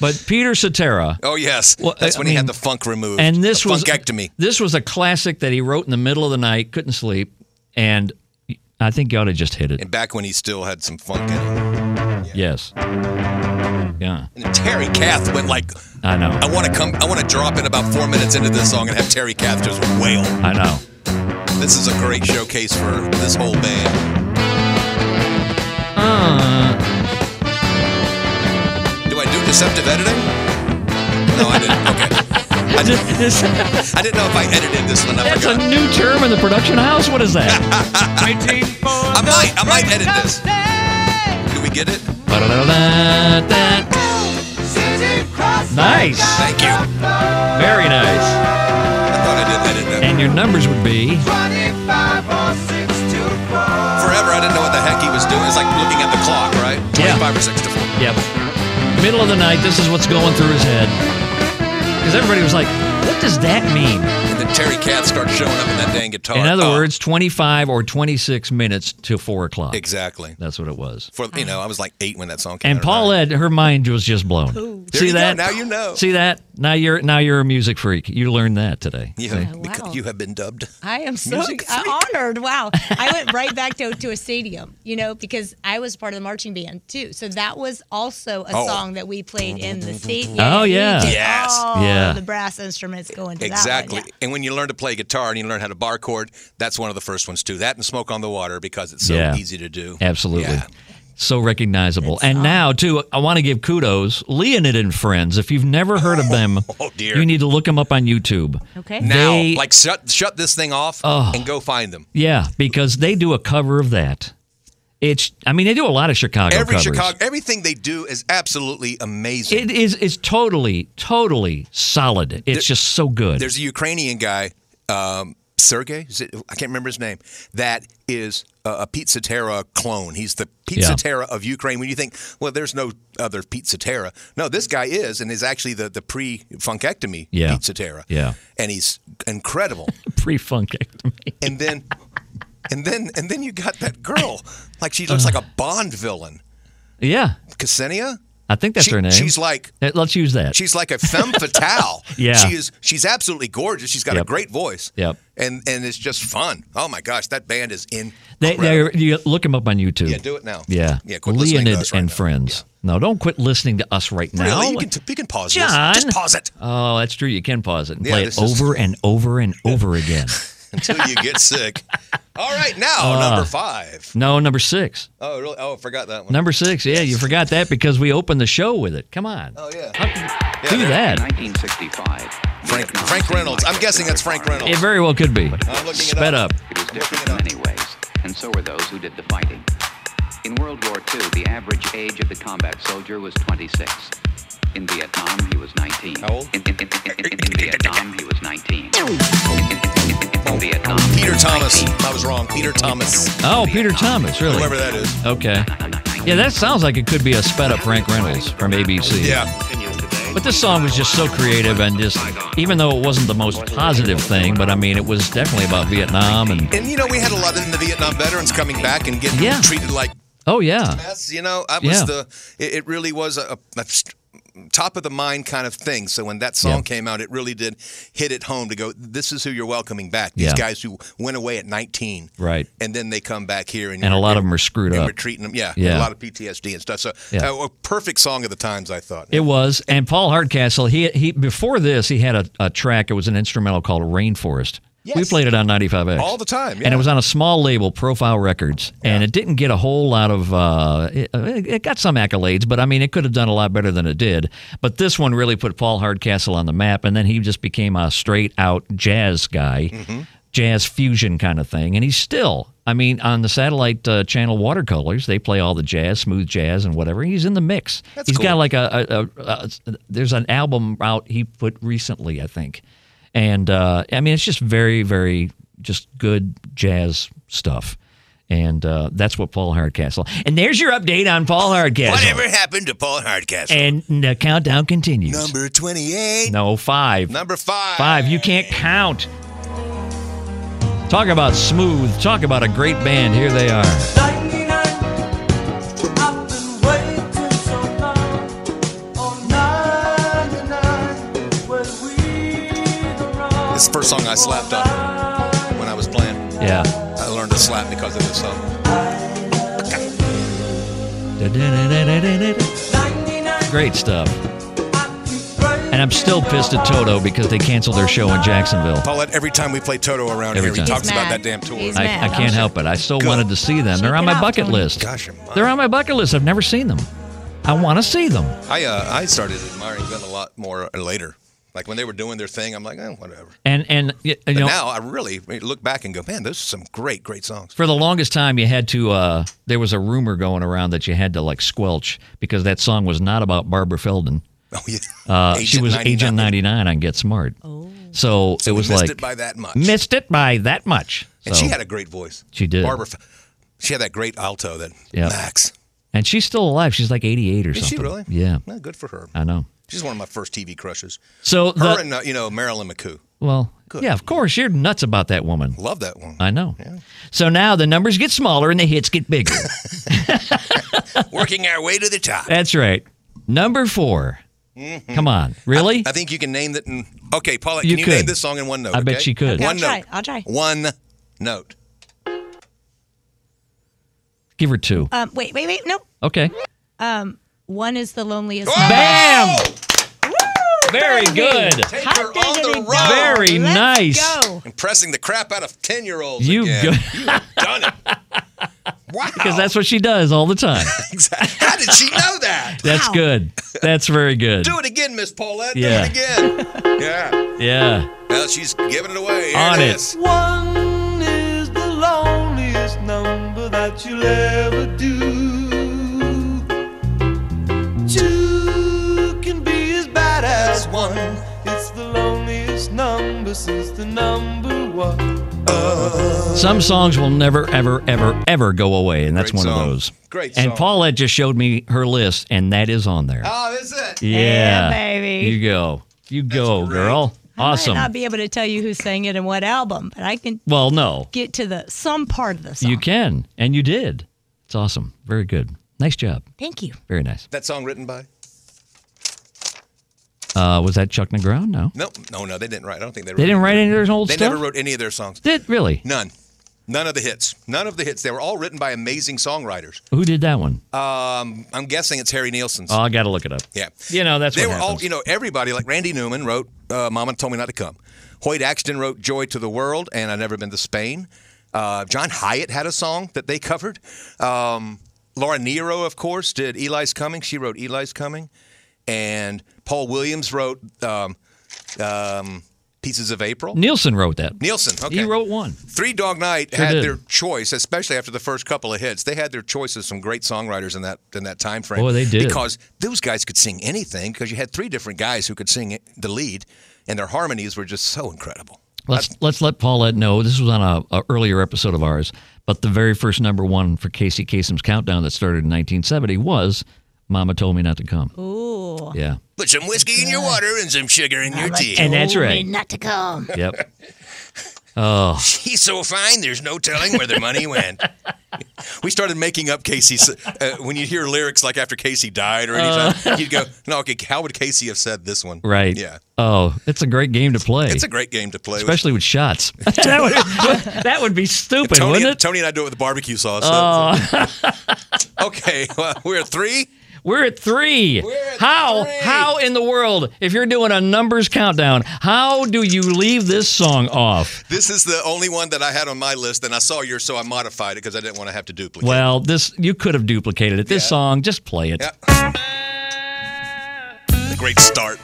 but Peter Cetera,
oh yes,
Well,
that's
I-
when
I
he had
mean-
the funk removed
and this
a
was
funkectomy.
This was a classic that he wrote in the middle of the night, couldn't sleep, and I think you ought to just hit it.
And back when he still had some funk in him.
Yes, yeah,
And Terry Kath went like,
I know,
I want to come, I want to drop in about four minutes into this song and have Terry Kath just wail.
I know.
This is a great showcase for this whole band.
Uh,
Do I do deceptive editing? No, I didn't. Okay. I, did,
this-
I didn't know if I edited this one. I
that's a
forgot.
new term in the production house. What is that?
I might, I might edit this. Do we get it?
Ba-da-da-da-da. nice,
Thank you.
very nice.
I thought I did edit that.
And your numbers would be.
Forever, I didn't know what the heck he was doing. It's like looking at the clock, right?
Yeah.
25 or 6 to 4.
Yep. Middle of the night, this is what's going through his head. Because everybody was like, what does that mean?
And then Terry Cat starts showing up in that dang guitar.
In other
Oh,
words, 25 or 26 minutes to 4 o'clock.
exactly.
That's what it was.
For you know, I was like eight when that song came out.
And
I don't know.
Paulette, her mind was just blown.
There
See
you go.
that?
Now you know.
See that? Now you're now you're a music freak. You learned that today.
You,
See?
have, beco-
wow.
you have been dubbed.
I am so
Music
uh, honored. Wow. I
(laughs)
went right back to, to a stadium, you know, because I was part of the marching band too. So that was also a
Oh.
song that we played in the stadium.
Oh, yeah.
We did
Yes.
All
Yeah.
the brass instruments going to
Exactly.
that one.
And when you learn to play guitar and you learn how to bar chord, that's one of the first ones too. That and Smoke on the Water because it's so
Yeah.
easy to do.
Absolutely.
Yeah.
So recognizable. and now, too, I want to give kudos. Leonid and Friends, if you've never heard of them,
(laughs) Oh, dear.
you need to look them up on YouTube.
Yeah. Okay.
Now,
They- Oh.
like shut shut this thing off and go find them.
Yeah, because they do a cover of that. It's I mean they do a lot of Chicago
Every
covers.
Chicago, everything they do is absolutely amazing.
It is it's totally totally solid. It's just so good.
There's a Ukrainian guy, um, Sergey, is it, I can't remember his name, that is a, a Pizzatera clone. He's the Pizzatera of Ukraine. When you think, well, there's no other Pizzatera. No, this guy is and is actually the, the pre funkectomy
Yeah.
Pizzatera.
Yeah.
And he's incredible.
Pre-funkectomy.
and then. And then, and then you got that girl, like she looks like a Bond villain,
Yeah,
Ksenia.
I think that's
She-
her name.
She's like
Uh, Let's use that.
She's like a
(laughs)
femme fatale.
Yeah.
She is she's absolutely gorgeous. She's got a
Yep.
great voice.
Yep.
And and it's just fun. Oh my gosh, that band is in
they, they're- you look them up on YouTube.
Yeah, do it now.
Yeah.
Yeah, quit listening to
Leonid
us right
and
now.
Friends. No, don't quit listening to us right now.
Really? You can, you can pause
John.
this. Just pause it
oh, that's true. You can pause it and
Yeah,
play
this
it
is-
over and over and over
(laughs)
again.
until you get sick. All right, now
Uh.
number 5.
No, number 6.
Oh, really? Oh, I forgot that one.
Number 6. Yeah, you forgot that because we opened the show with it. Come on.
Oh yeah.
Do
there-
that.
1965.
Frank, Frank Reynolds. I'm guessing that's Frank
It
Reynolds.
very well could be.
I'm looking it
Sped
up.
up.
It was different in many ways, and so were those who did the fighting. In World War II, the average age of the combat soldier was 26. In Vietnam, he was 19.
How old?
In, in, in, in, in, in Vietnam, he was 19. In, in, in, in Vietnam, he
Peter
was
Thomas.
19.
I was wrong. Peter Thomas.
Oh, Peter Thomas, really?
Whoever that is.
Okay. Yeah, that sounds like it could be a sped up Frank Reynolds from ABC.
Yeah.
But this song was just so creative and just, even though it wasn't the most positive thing, but I mean, it was definitely about Vietnam and,
And you know, we had a lot of the Vietnam veterans coming back and getting
Yeah.
treated like
oh, yeah.
That's you know, I was
Yeah.
the. It, it really was a, a- a st- top of the mind kind of thing. So when that song came out, it really did hit it home to go, this is who you're welcoming back. These
Yeah.
guys who went away at 19.
Right.
And then they come back here. And,
And a
you're-
lot of 'em are screwed
and
up.
we're treating them, yeah, A
Yeah.
lot of PTSD and stuff. So
Yeah.
uh, a perfect song of the times, I thought.
It was, and Paul Hardcastle. He he. Before this, he had a, a track. It was an instrumental called "Rainforest." We played it on 95X
All the time,
and
yeah.
it was on a small label, Profile Records, and it didn't get a whole lot of. Uh, it, it got some accolades, but I mean, it could have done a lot better than it did. But this one really put Paul Hardcastle on the map, and then he just became a straight out jazz guy,
Mm-hmm.
jazz fusion kind of thing, and he's still. I mean, on the satellite uh, channel Watercolors, they play all the jazz, smooth jazz, and whatever. He's in the mix. He's
cool.
got like a, a, a, a there's an album out he put recently, I think, and uh, I mean it's just very very just good jazz stuff, and uh, that's what Paul Hardcastle. And there's your update on Paul Hardcastle.
Whatever happened to Paul Hardcastle?
And the countdown continues.
Number 28.
no five.
Number five.
Five. You can't count. Talk about smooth. Talk about a great band. Here they are.
It's the first song I slapped on when I was playing.
Yeah.
I learned to slap because of this song.
Great stuff. And I'm still pissed at Toto because they canceled their show in Jacksonville.
Paulette, every time we play Toto around
Every
here, he
time.
talks
He's
about
mad.
that damn tour.
He's
I,
mad.
I can't help it. I still wanted to see them. They're on
Shake it
my
off,
bucket
Tony.
list.
Gosh, you're mine.
They're on my bucket list. I've never seen them. I want to see them.
I uh, I started admiring them a lot more later. Like when they were doing their thing, I'm like, eh, whatever.
And and y- you
But
know,
now I really look back and go, man, those are some great, great songs. (laughs)
for the longest time, you had to. Uh, there was a rumor going around that you had to like squelch because that song was not about Barbara Feldon.
Oh yeah,
Uh, she
Agent
was Agent 99 on Get Smart. Oh. So,
So
it
we
was
missed
like
it by that much.
missed it by that much.
And
So-
she had a great voice.
She did.
Barbara, F- she had that great alto that
Yeah.
Max.
and she's still alive. She's like 88 or
Is
something.
she really?
Yeah,
Well, good for her.
I know.
She's one of my first TV crushes.
So
Her
the,
and uh, you know Marilyn McCoo.
well, yeah, of course you're nuts about that woman.
Love that one.
I know. So now the numbers get smaller and the hits
(laughs)
get bigger.
Working our way to the top.
That's right. Number 4 Come on, really?
Mm-hmm. I think you can name that. In, okay, Paula,
You
can you name
could.
this song in one note?
I bet
okay?
she could. Okay,
I'll
One
try.
note.
I'll try.
One note.
Give her two.
Um, wait, wait, wait. Nope. Um,
Okay.
One is the loneliest.
Oh!
Bam!
Woo!
Very
Baby!
good.
Take
Hot
her
diggity
on the
dog.
road.
Very
Let's
nice.
Go.
Impressing the crap out of 10 year olds.
You
again.
go-
you have done
(laughs)
it. Wow. (laughs)
Because that's what she does all the time.
How did she know that?
That's
Wow.
good. That's very good.
Do it again, Miss Paulette.
Yeah.
Do
(laughs)
it again. yeah.
Yeah.
Well, she's giving it away. Here
On
it
it.
is.
One is the loneliest number that you'll ever do. Two can be as bad as one. It's the loneliest number since the number one.
Uh,
Some songs will never, ever, ever, ever go away, and that's
Great
one
song.
of those.
Great
And
song.
Paulette just showed me her list, and that is on there.
Oh, is it?
yeah.
baby.
You go. You go,
great.
girl. Awesome.
I might not be able to tell you who sang it and what album, but I can
Well, no.
get to the some part of the song.
You can, and you did. It's awesome. Very good. Nice job.
Thank you.
Very nice.
That song written by?
Uh, was that Chuck Neground? No,
No, no, no. They didn't write. I don't think they wrote.
they didn't write any of their old
They
stuff.
never wrote any of their songs.
Did really?
None. None of the hits. None of the hits. They were all written by amazing songwriters.
Who did that one?
Um, I'm guessing it's Harry Nielsen's.
oh, I got to look it up.
Yeah.
You know that's
they
what
were all,
happens.
you know, everybody, like Randy Newman wrote uh, Mama Told Me Not to Come. Hoyt Axton wrote Joy to the World and I've Never Been to Spain. Uh, John Hyatt had a song that they covered. Um, Laura Nero, of course, did Eli's Coming. She wrote Eli's Coming. And Paul Williams wrote um, um, Pieces of April.
Nielsen wrote that.
Nielsen, okay.
He wrote one.
Three Dog Night
Sure
had
did.
their choice, especially after the first couple of hits. They had their choice of some great songwriters in that in that time frame.
Boy, they did.
because those guys could sing anything. Because you had three different guys who could sing it- the lead, and their harmonies were just so incredible.
Let's let's let Paulette know. This was on a, a earlier episode of ours, but the very first number one for Casey Kasem's countdown that started in 1970 was "Mama Told Me Not to Come." Ooh. Yeah.
Put some whiskey in your water and some sugar in your tea.
And that's
Told me
right.
Not to come.
Yep.
He's so fine, there's no telling where the money went. (laughs) We started making up Casey's. Uh, when you hear lyrics like after Casey died or anything,
Uh.
you'd go, "No, okay, how would Casey have said this one?" (laughs)
Right.
Yeah.
Oh, it's a great game to play.
It's a great game to play, with.
especially
(laughs)
with shots. that, would, that would be stupid,
Tony,
wouldn't it?
Tony and I do it with barbecue sauce.
Oh.
(laughs) okay, well, we're at three.
We're at 3 how how in the world if you're doing a numbers countdown, how do you leave this song off?
This is the only one that I had on my list, and I saw yours, so I modified it because I didn't want to have to duplicate.
Well, this you could have duplicated it. This song, just play it.
A great start.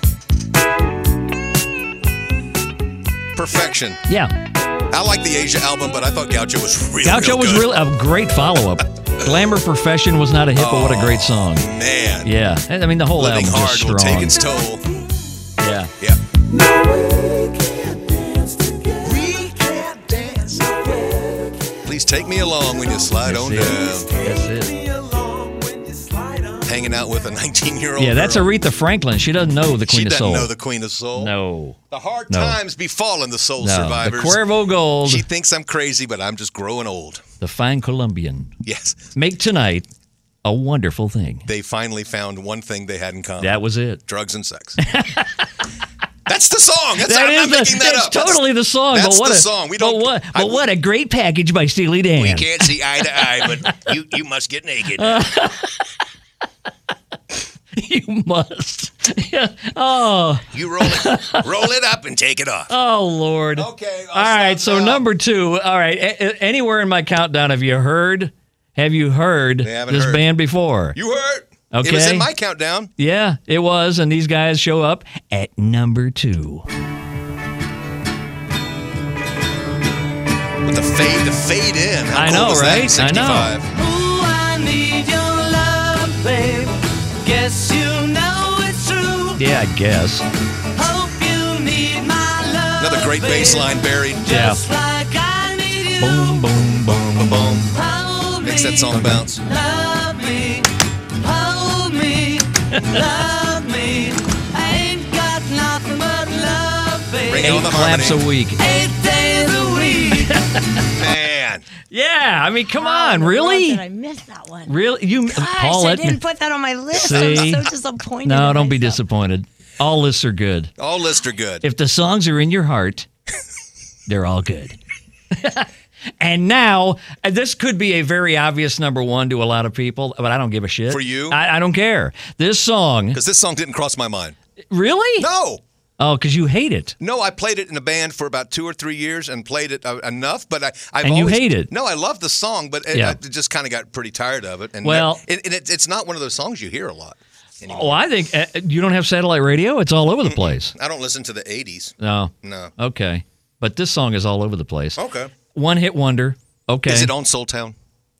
Perfection.
Yeah.
I like the Asia album, but I thought Gaucho was really
Gaucho
real
was
good.
really a great follow-up. Glamour Profession was not a hit, but what a great song.
Man.
Yeah. I mean the whole
Oh. Living
album
hard
is
will
strong.
take its toll.
Yeah.
Yeah. Please take me along when you slide on down.
That's it.
Hanging out with a (laughs) 19-year-old.
Yeah, that's
girl.
Aretha Franklin. She doesn't know the Queen
She
of
doesn't
Soul.
know the Queen of Soul.
no.
The hard
No.
times befallen the soul
No.
survivors.
The Cuervo Gold,
She thinks I'm crazy, but I'm just growing old. (laughs)
the fine Colombian.
Yes.
Make tonight a wonderful thing.
They finally found one thing they had in common.
That was it.
drugs and sex. (laughs) That's the song. That's
That
I'm
is
not making
the,
that
that's
up.
totally the song.
that's
but what
the
a,
song. We
But
don't-
what,
I-
but what a great package by Steely Dan.
We can't see eye to eye, but you, you must get naked.
(laughs) Uh. you must. Yeah. Oh,
You roll it, roll it up and take it off.
oh, Lord.
Okay.
All right. So number two. All right. a- a- anywhere in my countdown, have you heard? Have you heard
haven't
this
heard.
band before?
You heard? It was
Okay.
in my countdown.
yeah, it was, and these guys show up at number two.
With the fade, the fade in. How
I
cool
know,
was
right?
That?
I know.
65.
Ooh, I need your love, babe. Guess you know it's true.
Yeah, I guess.
Hope you need my love.
Another great
babe,
bass line buried.
Yeah.
Just like I need you.
Boom, boom, boom, boom.
Hold
Makes
me,
that song bounce.
Love me. Hold me. love me. Ain't got nothing but love, babe.
Bring it
Eight
on the
claps
harmony.
a week.
Eight days a week.
Man.
Yeah, I mean, come
How in
on,
the world
really,
Did I miss that one?
really, you,
Gosh,
Paul.
I
let me-
didn't put that on my list.
See?
I'm so disappointed.
No,
in
don't be
myself.
disappointed. All lists are good.
All lists are good.
If the songs are in your heart, they're all good. (laughs) and now, uh, this could be a very obvious number one to a lot of people, but I don't give a shit.
For you?
I, I don't care. This song,
Because this song didn't cross my mind.
really?
No.
Oh, because you hate it.
No, I played it in a band for about two or three years and played it uh, enough, but I I've
And you
always,
hate it.
No, I love the song, but it,
Yeah.
I just kind of got pretty tired of it. And
Well-
that- and it, it's not one of those songs you hear a lot. anymore.
Oh, I think uh, you don't have satellite radio. It's all over the place.
I don't listen to the '80s.
No.
No.
Okay. But this song is all over the place.
Okay. Is
One hit wonder. Okay.
Oh. it on Soul Town?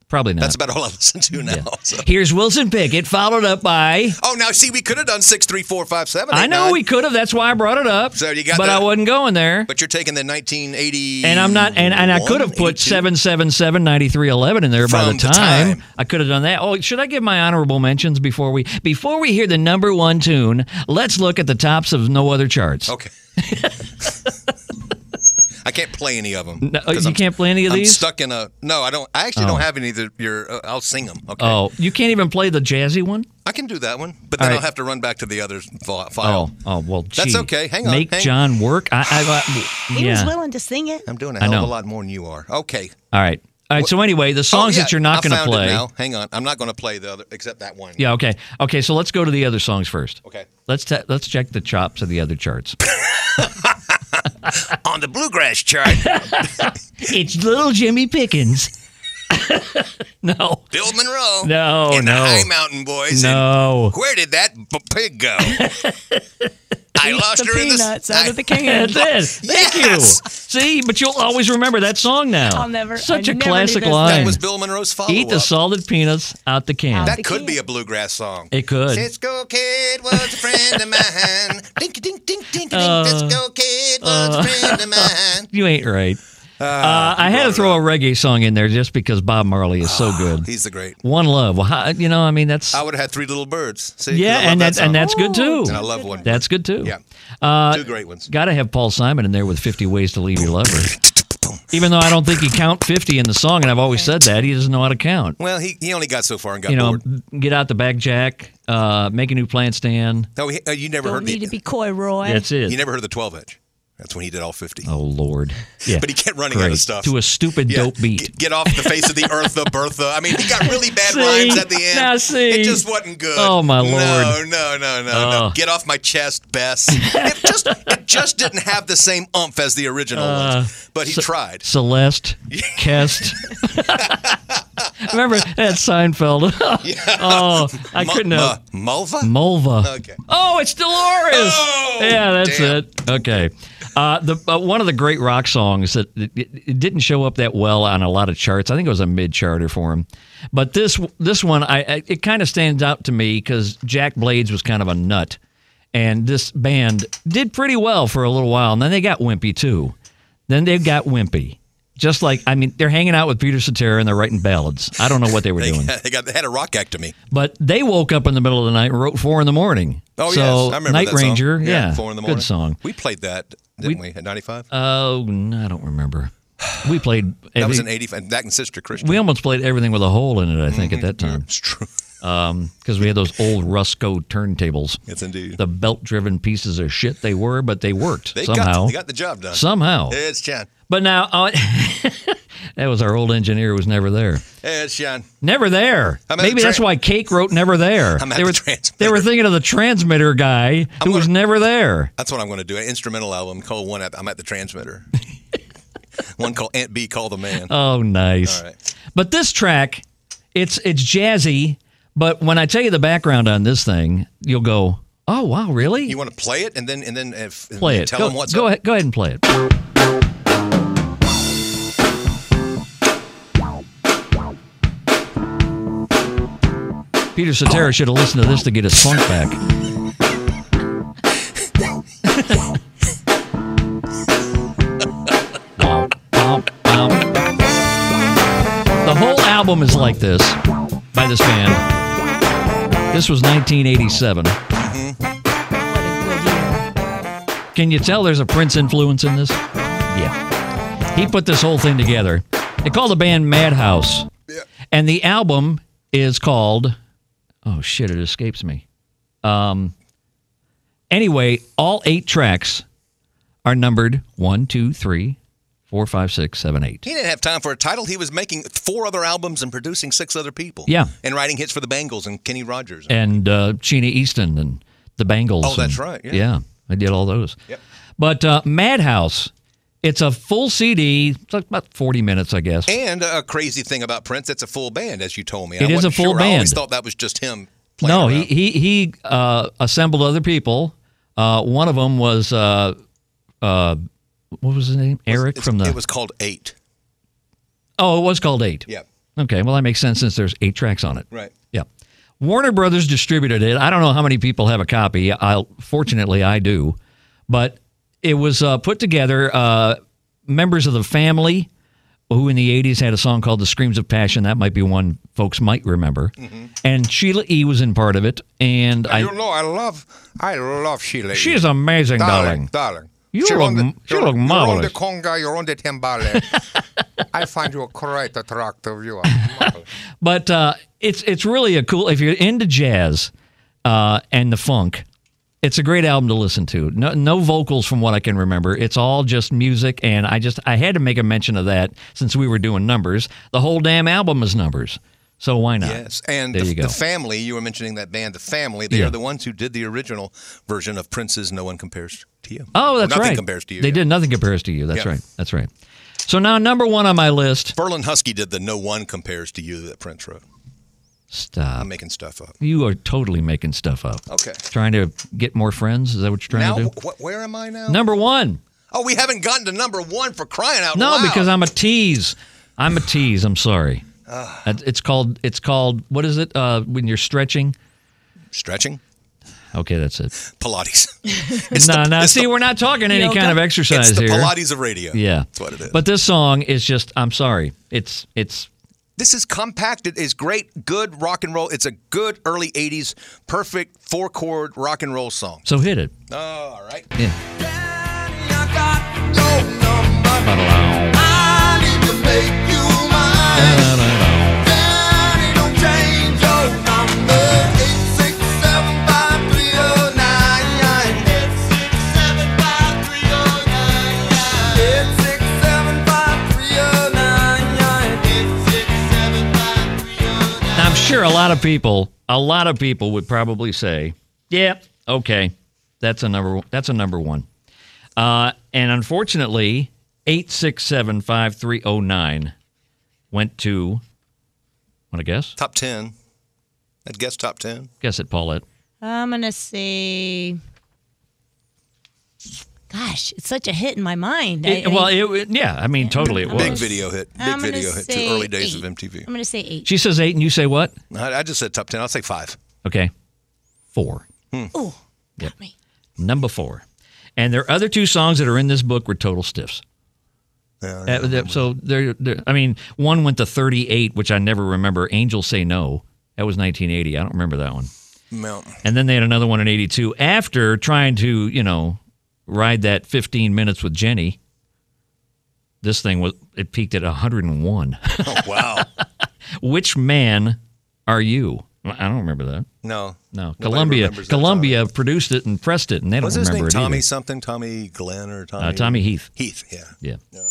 Probably not.
That's about all I (laughs) listen to now. so.
Here's Wilson Pickett, followed up by.
Oh, now see, we could have done six, three, four, five, seven.
I
eight,
know
nine,
we could have. That's why I brought it up.
So you got
but
that.
I wasn't going there.
But you're taking the 1980.
and I'm not. And, and I could have put 777 9311 in there by
From
the
the
time.
time.
I could have done that. Oh, should I give my honorable mentions before we before we hear the number one tune? Let's look at the tops of no other (laughs) charts.
Okay. I can't play any of them.
No, uh, oh, you can't play any of
I'm
these?
stuck in a no. I don't. I actually don't have any that you're. Uh, I'll sing them. Okay.
Oh, you can't even play the jazzy one.
I can do that one, but then
All right.
I'll have to run back to the other fi-
Oh,
file.
oh well. Gee.
That's okay. Hang on,
Make
hang-
John work. I, I, I
He was
yeah.
willing to sing it.
I'm doing a
I
hell of a
know.
lot more than you are. Okay.
All right. All right. So anyway, the songs
Oh, yeah,
that you're not
I
going to
found it
play.
now. Hang on. I'm not going to play the other except that one.
Yeah. Okay. Okay. So let's go to the other songs first.
Okay.
Let's te- let's check the chops of the other charts.
On the bluegrass
(laughs)
chart,
it's little Jimmy Pickens. (laughs) no.
Bill Monroe.
No,
And
no.
the High Mountain Boys. and
No.
where did that b- pig
(laughs)
go? I lost
the
her in the
peanuts
(laughs)
out
I-
of the can.
That's it. Thank
Yes!
you. See, but you'll always remember that song now.
I'll never-
Such
I
a
never knew
classic
this.
line.
That was Bill Monroe's follow-up.
Eat the salted peanuts out the can.
Out
That
The
could be
Can.
a bluegrass song.
it could.
Cisco Kid was a friend of mine. (laughs) Dink dink dink dink.
Uh,
Cisco Kid was a friend of
(laughs)
mine.
You ain't right. Uh, I had to throw a reggae song in there just because Bob Marley is so good.
He's the great.
One Love. Well, how, you know, I mean, that's
Ah. I would have had three little birds. See, 'cause I
yeah,
love
and
that
that's
song.
and that's good too.
And I love one.
That's good too.
yeah,
Uh,
two great ones.
Got to have Paul Simon in there with 50 Ways to Leave Your Lover.
Boom, song.
Even though I don't think he count 50 in the song, and I've always said that, he doesn't know how to count.
Well, he, he only got so far and got
you know,
bored.
get out the bag jack, uh, make a new plan stand.
No, he, uh, you never
Don't
heard
need
the.
to be coy, Roy.
That's it.
You never heard the 12 inch. That's when he did all 50.
Oh, Lord. Yeah.
But he kept running out
Great.
of stuff.
To a stupid,
Yeah.
dope beat.
Get off the face of the earth, the Bertha. I mean, he got really bad
(laughs) See?
rhymes at the end.
Now, see?
It just wasn't good.
Oh, my Lord.
No, no, no, no,
Oh.
no. Get off my chest,
(laughs)
Bess. it just it just didn't have the same umph as the original
Uh,
ones. But he
Ce-
tried.
Celeste,
(laughs)
Kest. Remember that Seinfeld?
(laughs)
oh, I
Mu-
couldn't have.
mu- Mulva?
Mulva.
Okay. (laughs)
Oh, it's Dolores. yeah, that's
Oh, damn.
it. Okay. Uh, the uh, one of the great rock songs that it, it didn't show up that well on a lot of charts. I think it was a mid charter for him, but this this one I, I it kind of stands out to me because Jack Blades was kind of a nut, and this band did pretty well for a little while, and then they got wimpy too. Then they got wimpy. Just like I mean, they're hanging out with Peter Cetera and they're writing ballads. I don't know what they were
(laughs) They,
doing.
they got they had a rock ectomy.
But they woke up in the middle of the night and wrote four in the morning.
Oh
so,
yes, I remember
Night
that song.
Ranger, yeah,
four in the morning.
good song.
We played that, didn't we? At ninety five.
Oh, no, I don't remember.
(sighs)
We played.
That was
every-
in eighty five. That and Sister Christian.
we almost played everything with a hole in it. I think at
Mm-hmm.
that time,
It's true.
because we had those old Rusco turntables,
Yes, indeed.
the belt-driven pieces of shit they were, but they worked
they
somehow.
got they got the job done.
somehow,
It's John.
but now uh, (laughs) that was our old engineer was never there.
It's John.
Never there.
I'm at
Maybe
the
that's
tran-
why Cake wrote "Never There."
I'm at
they
the
were they
transmitter.
were thinking of the transmitter guy who
I'm
was
gonna-
never there.
That's what I'm going to do. An instrumental album called One at I'm at the
(laughs)
transmitter. One called Aunt B Call the Man.
Oh, nice.
All right.
But this track, it's it's jazzy. But when I tell you the background on this thing, you'll go, "Oh wow, really?"
you want to play it and then and then if and
play
then
it.
Tell
go,
them what's
go
up.
ahead. Go ahead and play it. Peter Cetera should have listened to this to get his funk back. the whole album is like this by this band. This was 1987.
What a good year.
Can you tell there's a Prince influence in this? Yeah. He put this whole thing together. They call the band Madhouse. Yeah. And the album is called Oh shit, it escapes me. Um anyway, all eight tracks are numbered one, two, three, four, five, six, seven, eight.
He didn't have time for a title. He was making four other albums and producing six other people.
Yeah.
And writing hits for the Bangles and Kenny Rogers.
And uh Sheena Easton and the Bangles.
Oh, that's
and-
right, yeah.
Yeah. I did all those.
Yep.
But uh, Madhouse, it's a full CD. It's like about 40 minutes, I guess.
And a crazy thing about Prince, it's a full band, as you told me.
It
I
is
wasn't
a full
sure. I always
band.
thought that was just him. Playing
No, he
around.
he he uh, assembled other people. Uh, one of them was uh, uh, what was his name? Eric
It's-
from the.
It was called Eight.
oh, it was called Eight.
Yeah.
Okay, well that makes sense since there's eight tracks on it.
Right.
Yeah. Warner Brothers distributed it. I don't know how many people have a copy. I'll fortunately I do, but it was uh, put together uh, members of the family who in the 80s had a song called The Screams of Passion. That might be one folks might remember.
Mm-hmm.
And Sheila E was in part of it and I
know, I love, I love Sheila.
She's amazing, darling.
darling.
You You're look- on the- you you're- look you're on marvelous. the
conga, you're on the timbale.
(laughs)
I find you quite attractive. You are.
But uh, it's it's really a cool if you're into jazz uh, and the funk. It's a great album to listen to. No, no vocals from what I can remember. It's all just music, and I just I had to make a mention of that since we were doing numbers. The whole damn album is numbers, so why not?
Yes, and
there
the,
you go.
the family. You were mentioning that band, the family. They
Yeah.
are the ones who did the original version of Prince's "No One Compares to You."
oh,
Or
that's
nothing
right.
compares to you.
They
yeah.
did nothing compares to you. That's
Yeah.
right. That's right. So now number one on my list.
Berlin Husky did the "No One Compares to You" that Prince wrote.
Stop.
I'm making stuff up.
You are totally making stuff up.
Okay.
Trying to get more friends. Is that what you're trying
Now,
to do?
wh- where am I now?
Number one.
Oh, we haven't gotten to number one for crying out
No,
loud.
because I'm a tease. I'm a tease. I'm sorry. It- it's called. It's called. What is it? Uh, when you're stretching.
stretching
Okay, that's it.
Pilates. (laughs)
No, no.
it's
see,
the-
we're not talking any
Yoga.
kind of exercise
it's the
here.
Pilates of radio.
Yeah,
that's what it is.
But this song is just. I'm sorry. It's it's
This is compact. It is great, good rock and roll. It's a good early 80s, perfect four chord rock and roll song.
so hit it.
Oh, all right.
Yeah.
Danny, I got no number.
Ba-da-low.
I Daddy, don't change your number. Eight six seven five three oh nine. Eight six seven five three oh nine. Eight six seven five three oh nine. Eight six seven five.
Now, I'm sure a lot of people, a lot of people would probably say, "Yeah, okay, that's a number. That's a number one." Uh, and unfortunately, eight six seven five three zero nine went to. Want to guess?
Top 10. I'd guess top 10.
Guess it, Paulette.
I'm gonna say. Gosh, it's such a hit in my mind. I-
It-
I-
well, it, it- yeah, I mean, totally, it was
Big video hit. Big
I'm gonna
video hit.
say
Too early days of
eight.
MTV.
I'm gonna say eight.
She says eight, and you say what?
I I just said top 10. I'll say five.
Okay, four.
Ooh,
Yep.
got me.
Number four. And their other two songs that are in this book were total stiffs.
Yeah,
Uh, th- so there, there- I mean, one went to 38, which I never remember. Angels Say No. That was 1980. I don't remember that one.
Mount.
And then they had another one in 82 after trying to, you know, ride that 15 minutes with Jenny. This thing was, it peaked at 101.
Oh, wow.
(laughs) which man are you? I don't remember that.
No.
No,
Nobody
Columbia.
remembers that
Columbia produced it and pressed it, and they
song.
don't
Was his
remember
name
it either.
Tommy something? Tommy Glenn or Tommy?
Uh, Tommy Heath.
Heath, yeah.
Yeah.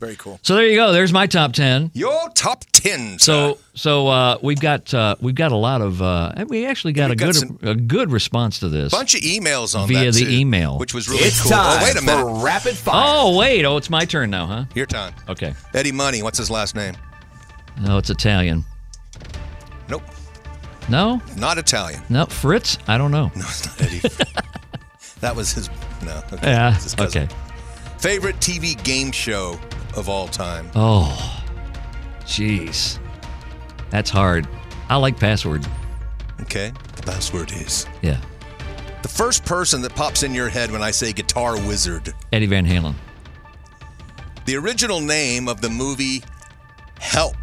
Very cool.
So there you go. There's my top ten.
Your top 10. sir.
So so uh, we've got uh, we've got a lot of uh, we actually got
We've
a
got
good
some-
a good response to this.
bunch of emails on
Via
that,
the
too,
email.
which was really
It's
cool.
time
Oh, wait a minute.
for rapid fire.
Oh wait, oh it's my turn now, huh?
Your time.
Okay.
Eddie Money. What's his last name?
No, it's Italian.
Nope.
No,
Not Italian. (laughs)
no Fritz. I don't know.
No, it's not
(laughs)
Eddie. that was his. No. Okay.
Yeah.
It's his cousin.
Okay.
Favorite TV game show of all time?
Oh, jeez, that's hard. I like password.
Okay. The password is.
Yeah,
The first person that pops in your head when I say Guitar Wizard.
Eddie Van Halen.
The original name of the movie Help.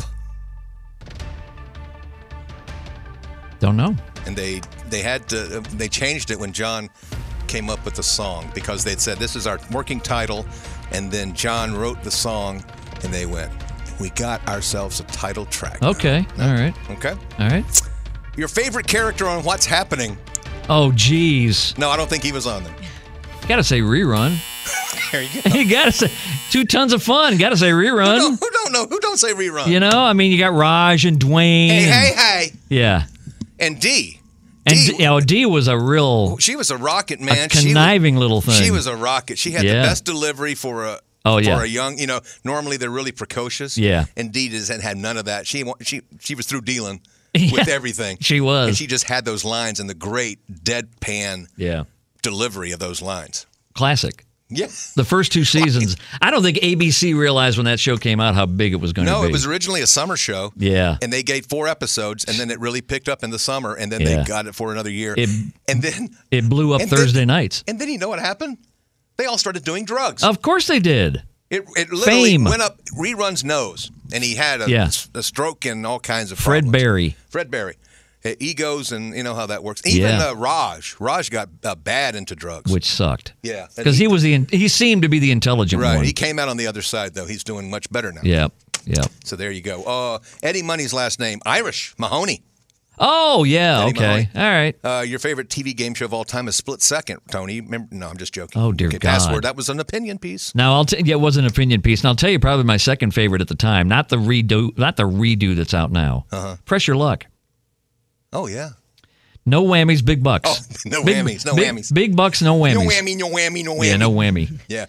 Don't know.
And they they had to they changed it when John came up with the song because they'd said this is our working title and then John wrote the song and they went we got ourselves a title track.
Okay. All right.
Okay.
All right.
Your favorite character on What's Happening?
Oh, jeez.
No, I don't think he was on there.
Gotta say rerun.
(laughs) There you go.
(laughs) you gotta say two tons of fun. Gotta say
Who don't,
rerun.
who don't know? Who don't say rerun?
Um, You know, I mean, you got Raj and Dwayne.
Hey,
and-
hey, hey.
Yeah.
And D.
And
D-
D, oh, D was a real
She was a rocket Oh, man. She was-
conniving little thing.
She was a rocket. She had
Yeah.
the best delivery for a
Oh,
for
yeah.
a young. You know, normally they're really precocious.
Yeah.
and Dee doesn't had none of that. She wa- she she was through
(laughs)
dealing
Yeah.
with everything.
She was.
And she just had those lines and the great deadpan
yeah.
delivery of those lines.
Classic.
Yeah.
The first two seasons. I don't think ABC realized when that show came out how big it was going to
No,
be.
it was originally a summer show.
Yeah.
And they gave four episodes, and then it really picked up in the summer, and then
Yeah.
they got it for another year.
It-
and then
it blew up
and then-
Thursday nights.
and then you know what happened? They all started doing drugs.
Of course they did.
It, it literally
Fame.
went up rerun's nose, and he had a,
Yeah.
a stroke and all kinds of
Fred
problems.
Berry.
Fred Barry, Uh, egos, and you know how that works. Even
Yeah.
uh, Raj, Raj got uh, bad into drugs.
Which sucked.
Yeah.
Because he was the he seemed to be the intelligent
right,
one.
he came out on the other side though. He's doing much better now.
yeah. Yeah.
So there you go. Uh, Eddie Money's last name Irish Mahoney.
Oh yeah.
Eddie
okay.
Mahoney.
All right.
Uh, your favorite TV game show of all time is Split Second, Tony. Remember, no, I'm just joking.
Oh, dear
okay,
God.
Password. That was an opinion piece.
Now I'll t- yeah, it was an opinion piece, and I'll tell you probably my second favorite at the time, not the redo, not the redo that's out now. Uh-huh. Press your luck.
Oh yeah.
No whammies, big bucks.
Oh, (laughs) no
Big-
whammies, no
big-
whammies.
Big bucks, no whammies.
No whammy, no whammy, no whammy.
Yeah,
(laughs)
no whammy.
Yeah.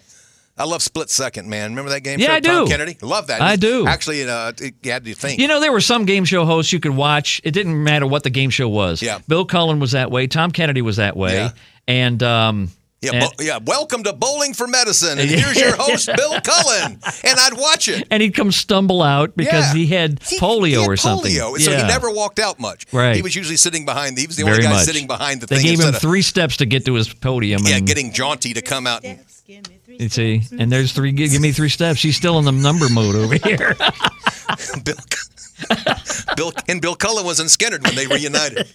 I love Split Second, man. Remember that game?
Yeah,
show?
I
Tom
do.
Kennedy, love that.
I do.
Actually, uh, it, you had to think.
You know, there were some game show hosts you could watch. It didn't matter what the game show was.
Yeah.
Bill Cullen was that way. Tom Kennedy was that way.
Yeah.
And um,
yeah,
and,
bo- yeah. Welcome to Bowling for Medicine, and here's your
(laughs)
host, Bill Cullen, and I'd watch it.
and he'd come stumble out because
Yeah.
he had
He-
polio
he had
or something.
Polio, so
yeah.
he never walked out much.
Right.
He was usually sitting behind. He was the
Very
only guy
much.
sitting behind the
They
thing.
gave him
instead of-
three steps to get to his podium.
yeah,
and,
getting jaunty to come out. And,
You see, and there's
(laughs)
three. Give, give me three steps. She's still in the number mode over here.
Bill, (laughs) Bill and Bill Cullen was in Skinner when they reunited.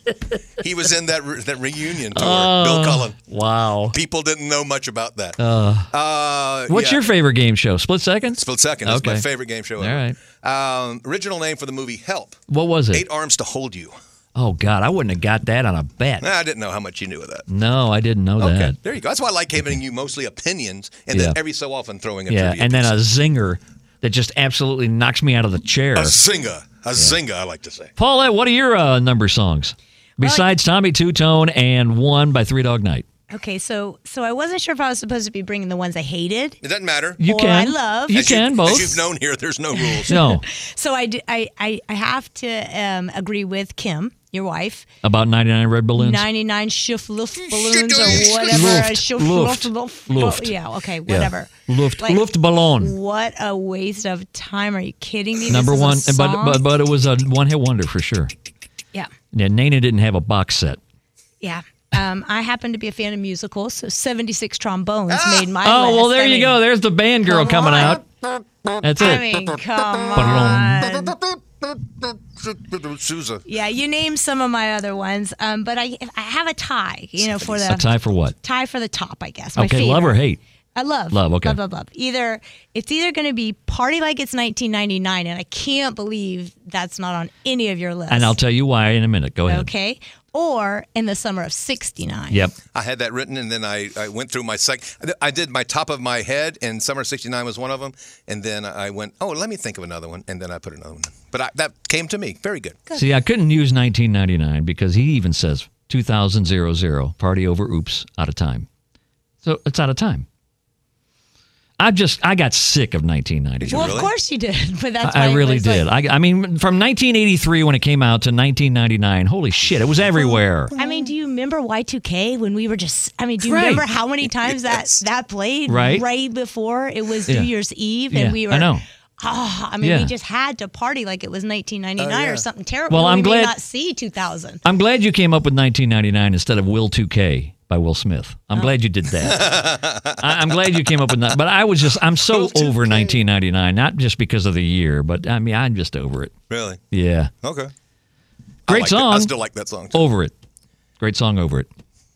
He was in that re- that reunion tour.
Oh,
Bill Cullen.
Wow.
People didn't know much about that.
Uh,
Uh,
what's
yeah.
your favorite game show? Split Second?
Split Second? That's my favorite game show.
All
Ever.
right.
Um, original name for the movie Help.
What was it?
Eight Arms to Hold You. (laughs)
Oh, God. I wouldn't have got that on a bet.
Nah, (laughs) I didn't know how much you knew of that.
No, I didn't know that.
There you go. That's why I like giving you mostly opinions and then
Yeah.
every so often throwing a
Yeah.
trivia
And then a
piece.
zinger that just absolutely knocks me out of the chair.
a singer. A singer, I like to say.
Paulette, what are your uh, number songs? Besides Tommy Two Tone and One by Three Dog Night.
Okay, so so I wasn't sure if I was supposed to be bringing the ones I hated.
It doesn't matter.
You
Or
can.
I love.
You
As
can
you,
both.
As you've known here, there's no rules. (laughs)
(laughs) No.
So I, d- I, I, I have to um, agree with Kim, your wife.
About 99 Red Balloons.
99 Schiffluft balloons or whatever.
Luft,
Schiff-
Luft,
Luft,
Luft.
Yeah, okay,
Yeah.
whatever.
Luft,
Like-
Luftballon.
What a waste of time. Are you kidding me? This
Number
is a
one. and But,
song?
but, but it was a one hit wonder for sure.
yeah,
Yeah, Nana didn't have a box set.
yeah. Um, I happen to be a fan of musicals, so 76 trombones made my
oh, well,
list.
there
I
you
mean,
go. There's the band girl coming out. That's
I
it.
mean, come
Ba-dum.
on.
Sousa.
Yeah, you named some of my other ones, um, but I I have a tie, you know, for the
A tie for what?
tie for the top, I guess. My
Okay, love or
favorite.
hate?
I love.
Love, okay.
Love, love, love. Either it's either going to be party like it's 1999, and I can't believe that's not on any of your lists.
And I'll tell you why in a minute. Go ahead.
Okay. Or in the summer of '69.
Yep.
I had that written, and then I, I went through my sec. I did my top of my head, and Summer '69 was one of them. And then I went, oh, let me think of another one, and then I put another one. in. But I, that came to me very good.
See, I couldn't use 1999 because he even says 2000 party over, oops, out of time. So it's out of time. I just, I got sick of 1990.
Well, of course you did, (laughs) but that's
I
why
I
it
really
was
did.
like-
I, I mean, from 1983 when it came out to 1999, holy shit, it was everywhere.
I mean, do you remember Y2K when we were just? I mean, do you
Right.
remember how many times that that played
Right.
before it was
Yeah.
New Year's Eve,
Yeah,
and we were.
I know.
Oh, (sighs) I mean,
Yeah.
we just had to party like it was 1999
Oh, yeah.
or something terrible.
Well,
we
I'm
may
glad-
not see 2000.
I'm glad you came up with 1999 instead of Will 2K by Will Smith. I'm
Oh.
glad you did that.
(laughs)
I, I'm glad you came up with that. But I was just, I'm so over 1999, not just because of the year, but I mean, I'm just over it.
Really?
Yeah.
Okay. I
Great
liked it.
song.
I still like that song. Too.
Over it. Great song over it.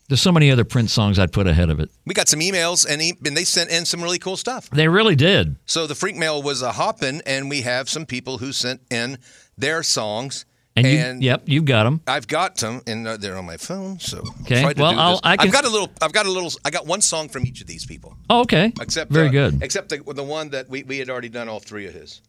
There's so many other Prince songs I'd put ahead of it.
We got some emails, and, e- and they sent in some really cool stuff.
They really did.
So the freak mail was a hoppin', and we have some people who sent in their songs.
And, you, yep, you got them.
I've got them, and uh, they're on my phone. So I'll
Okay,
try to
well,
do
I'll-
this.
I can-
I've got a little. I've got a little. I got one song from each of these people.
Oh, okay.
Except
Very
uh,
good.
Except the, the one that we, we had already done all three of his.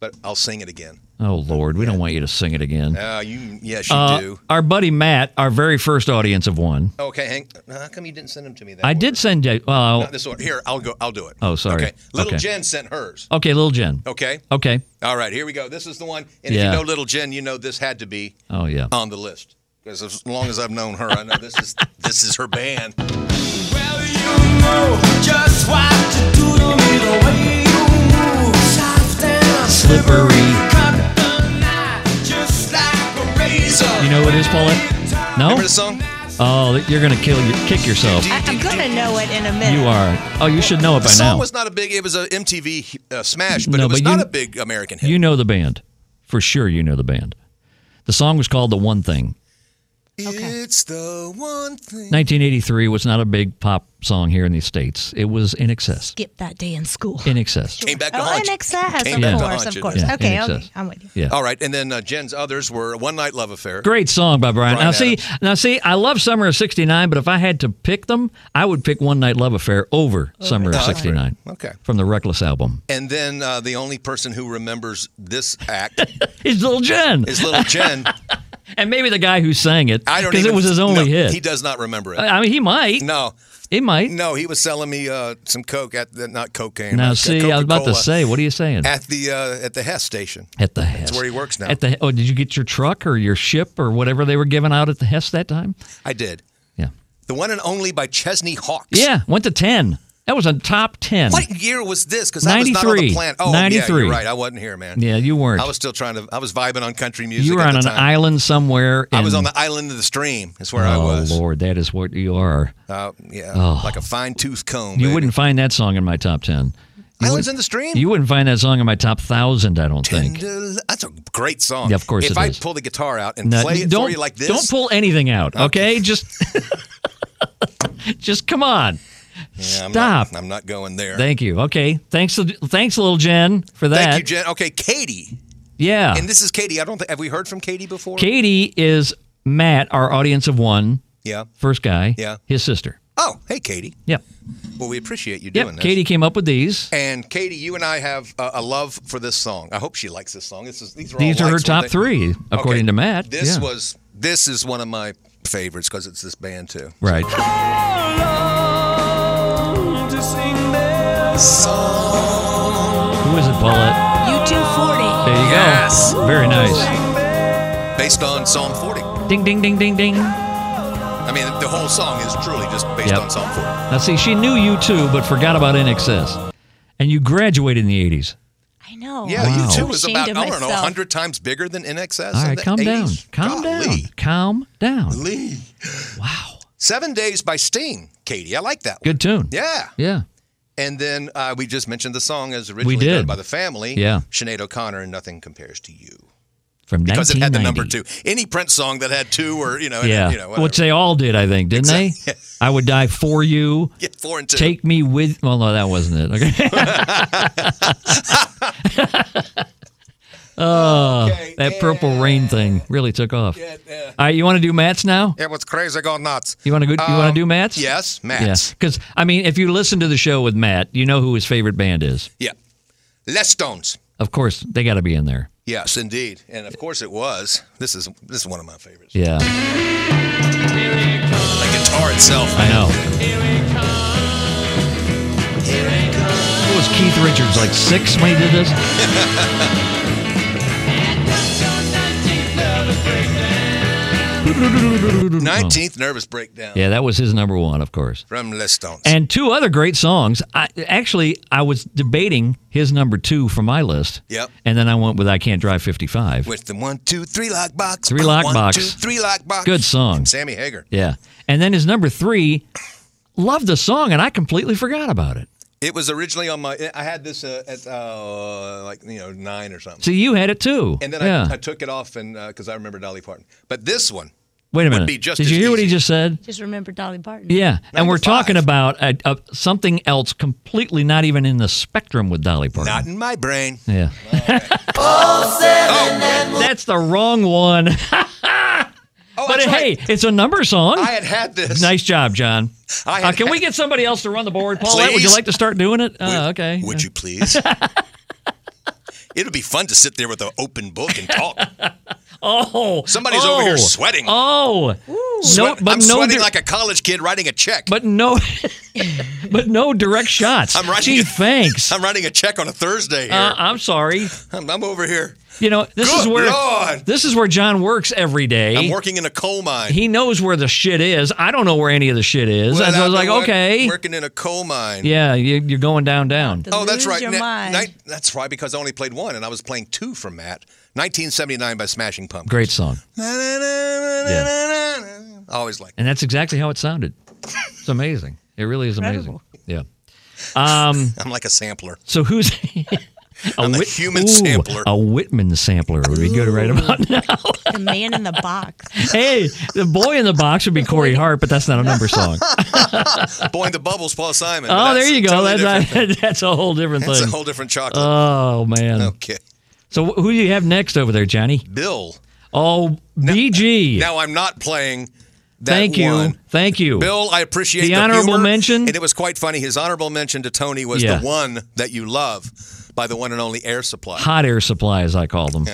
But I'll sing it again.
oh, Lord. We don't want you to sing it again.
Uh, you yes you
Uh,
do.
Our buddy Matt, our very first audience of one.
Okay, Hank. How come you didn't send them to me? That
I
order?
did send uh, you. Well,
Not this order. Here, I'll go. I'll do it.
Oh, sorry.
Okay. Little
Okay.
Jen sent hers.
okay, Little Jen.
Okay.
Okay.
All right. Here we go. This is the one. And
Yeah.
if you know Little Jen, you know this had to be
Oh, yeah.
on the list because as long as I've known her, I know this is (laughs) this is her band.
Well, you know just what to do to me the way you move, soft and slippery. Cut the knife just like a razor.
You know what it is, Paulette? No?
Remember the song?
Oh, you're going to kill you, kick yourself.
I, I'm going to know it in a minute.
You are. Oh, you should know it
The
by
song
now.
was not a big. It was a MTV uh, smash, but
No,
it was
but you-
not a big American hit.
You know the band. For sure, you know the band. The song was called The One Thing.
It's the one thing.
1983 was not a big pop song here in the States. It was In Excess.
Skip that day in school.
In Excess.
Came back to
oh,
haunt
in
you.
excess,
Came
of
back to
course,
haunt
of
you,
course.
didn't
it?
okay,
Yeah, in
okay,
excess.
I'm with you.
Yeah.
All right, and then uh, Jen's others were "One Night Love Affair."
Great song by Brian.
Bryan
now see,
Adams.
now see, I love Summer of '69, but if I had to pick them, I would pick One Night Love Affair over Summer of
Oh, that's great.
'69.
Okay.
From the Reckless album,
And then uh, the only person who remembers this act
it's Little Jen,
is little Jen.
and maybe the guy who sang it, (laughs)
I don't
because it
even-
was his only
no,
hit. Uh,
He does not remember it.
I mean, he might.
no,
He might.
no, he was selling me uh, some coke at the, not cocaine.
now
but
see, I was about to
Coca-Cola
say, what are you saying?
at the uh, at the Hess station.
At the Hess.
where he works now.
At the oh, did you get your truck or your ship or whatever they were giving out at the Hess that time?
I did
Yeah.
the one and only by Chesney Hawks.
Yeah. Went to ten. That was a top ten.
What year was this? Because I was not on the
93.
planet. Oh, yeah,
93.
you're right. I wasn't here, man.
Yeah, you weren't.
I was still trying to. I was vibing on country music.
you were
at
on
the
an
time.
island somewhere.
I was
in-
on the island of the stream. Is where I
oh,
was.
Lord, that is what you are.
Uh, yeah, like a fine tooth comb.
Oh. You
baby.
wouldn't find that song in my top 10.
Islands in the Stream.
You wouldn't find that song in my top thousand, I don't think.
Tender- That's a great song.
Yeah, of course
If
it
I
is.
pull the guitar out and
No,
play it
don't,
for you like this,
Don't pull anything out, okay? Just (laughs) just come on.
Yeah, I'm not-
Stop.
I'm not going there.
Thank you. Okay. Thanks thanks little Jen for that.
Thank you, Jen. Okay, Katie.
Yeah.
And this is Katie. I don't think have we heard from Katie before?
Katie is Matt, our audience of one,
Yeah.
first guy.
Yeah.
His sister.
Oh, hey, Katie.
Yep.
Well, we appreciate you doing
Yep.
this.
Katie came up with these.
And Katie, you and I have a, a love for this song. I hope she likes this song. This is these are
These
all
are her
likes, weren't
top
they?
three, according
Okay,
to Matt.
This
Yeah.
was this is one of my favorites because it's this band too.
Right.
Oh, to sing their song.
Who is it, Paulette?
U240.
There you
Yes.
go. Very nice.
Based on Psalm 40.
Ding, ding, ding, ding, ding.
I mean, the whole song is truly just based
Yep.
on Psalm 40.
Now, see, she knew you too, but forgot about NXS. And you graduated in the 80s.
I know.
Yeah,
I'm
Wow.
U2
so
was
ashamed
about, I don't
of
know,
myself.
100 times bigger than NXS.
All
in
right,
the
calm
80s.
down. Calm
Golly.
down. Calm down.
Lee.
Wow.
Seven Days by Sting, Katie. I like that one.
Good tune.
Yeah.
Yeah.
And then uh, we just mentioned the song as originally done
did.
by the family.
Yeah.
Sinead O'Connor and Nothing Compares to You.
From
Because it had the number
1990.
two. Any Prince song that had two or, you know, and,
Yeah.
you know,
Which
whatever.
they all did, I think, didn't they?
(laughs)
I would die for you.
Yeah, four and two.
Take me with. Well, no, that wasn't it. Okay.
(laughs)
(laughs)
Okay,
Oh, that purple rain thing really took off. All right, you want to do Matt's now?
It was crazy, go nuts.
You want to go? You
Um,
want to do Matt's?
Yes,
Yeah.
Matt's.
Because I mean, if you listen to the show with Matt, you know who his favorite band is.
Yeah. Les Stones.
Of course, they got to be in there.
Yes, indeed. And of course it was. This is this is one of my favorites.
Yeah,
The guitar itself.
I know. It was Keith Richards, like six when he did this.
Nineteenth Nervous Breakdown
Yeah, that was his number one, of course.
from Les Stones.
And two other great songs. I actually I was debating his number two for my list.
Yep.
And then I went with I Can't Drive 55.
with the one, two, three lock box.
Three lock
One,
box.
two, three lock box.
Good song.
Sammy Hager.
Yeah. And then his number three, loved the song, and I completely forgot about it.
It was originally on my. I had this uh, at uh, like you know nine or something,
So you had it too.
and then
yeah.
I, I took it off and because I remembered Dolly Parton. But this one,
Wait a
would
minute.
be just
Did
as
you hear what he
easy.
just said?
Just remember Dolly Parton.
Yeah. And we're
95.
talking about uh uh something else completely not even in the spectrum with Dolly Parton.
not in my brain.
yeah. (laughs) That's the wrong one.
Oh,
but
that's
hey,
right.
it's a number song.
I had had this.
Nice job, John.
I had-
Uh, can we get somebody else to run the board? Paulette, would you
Please?
like to start doing it?
Would-
Uh, okay.
Would you please? It'll be fun to sit there with an open book and talk.
(laughs) Oh,
Somebody's
oh,
over here sweating.
Oh, no,
Sweat-
but
I'm
no,
sweating
di-
like a college kid writing a check.
but no, (laughs) but no direct shots.
I'm writing
Gee,
it.
thanks.
I'm writing a check on a Thursday here.
Uh, I'm sorry.
I'm, I'm over here.
You know this is
Good
where
Lord.
this is where John works every day.
I'm working in a coal mine.
he knows where the shit is. I don't know where any of the shit is.
Well,
And so I was
I've
like,
been wor-
okay,
Working in a coal mine.
yeah, you, you're going down, down.
To
Oh, that's
lose
right.
Your
Na-
mind.
night- that's right, because I only played one, and I was playing two from Matt. 1979 by Smashing Pumpkins.
Great song,
Na- na- na- na-
Yeah.
na- na- na- I always like
and that's exactly how it sounded. It's amazing. It really is amazing.
Incredible.
Yeah. Um.
I'm like a sampler. (laughs)
So who's a,
a
Whit-
human
ooh,
sampler.
A Whitman sampler would be good right about now.
The man in the box.
(laughs) hey, the boy in the box would be Corey Hart, but that's not a
(laughs)
number song.
Boy in the Bubbles, Paul Simon. but
Oh,
that's
there you
a
go.
totally different-
that's, a, (laughs) that's a whole different
that's a
thing.
whole different chocolate.
oh man.
okay.
So wh- who do you have next over there, Johnny?
Bill.
Oh, BG.
Now I'm not playing that
Thank you.
one.
Thank you.
Bill, I appreciate
The
the,
honorable
humor,
mention?
and it was quite funny. His honorable mention to Tony was
Yeah.
the one that you love by the one and only Air Supply.
Hot air supply, as I call
(laughs)
them.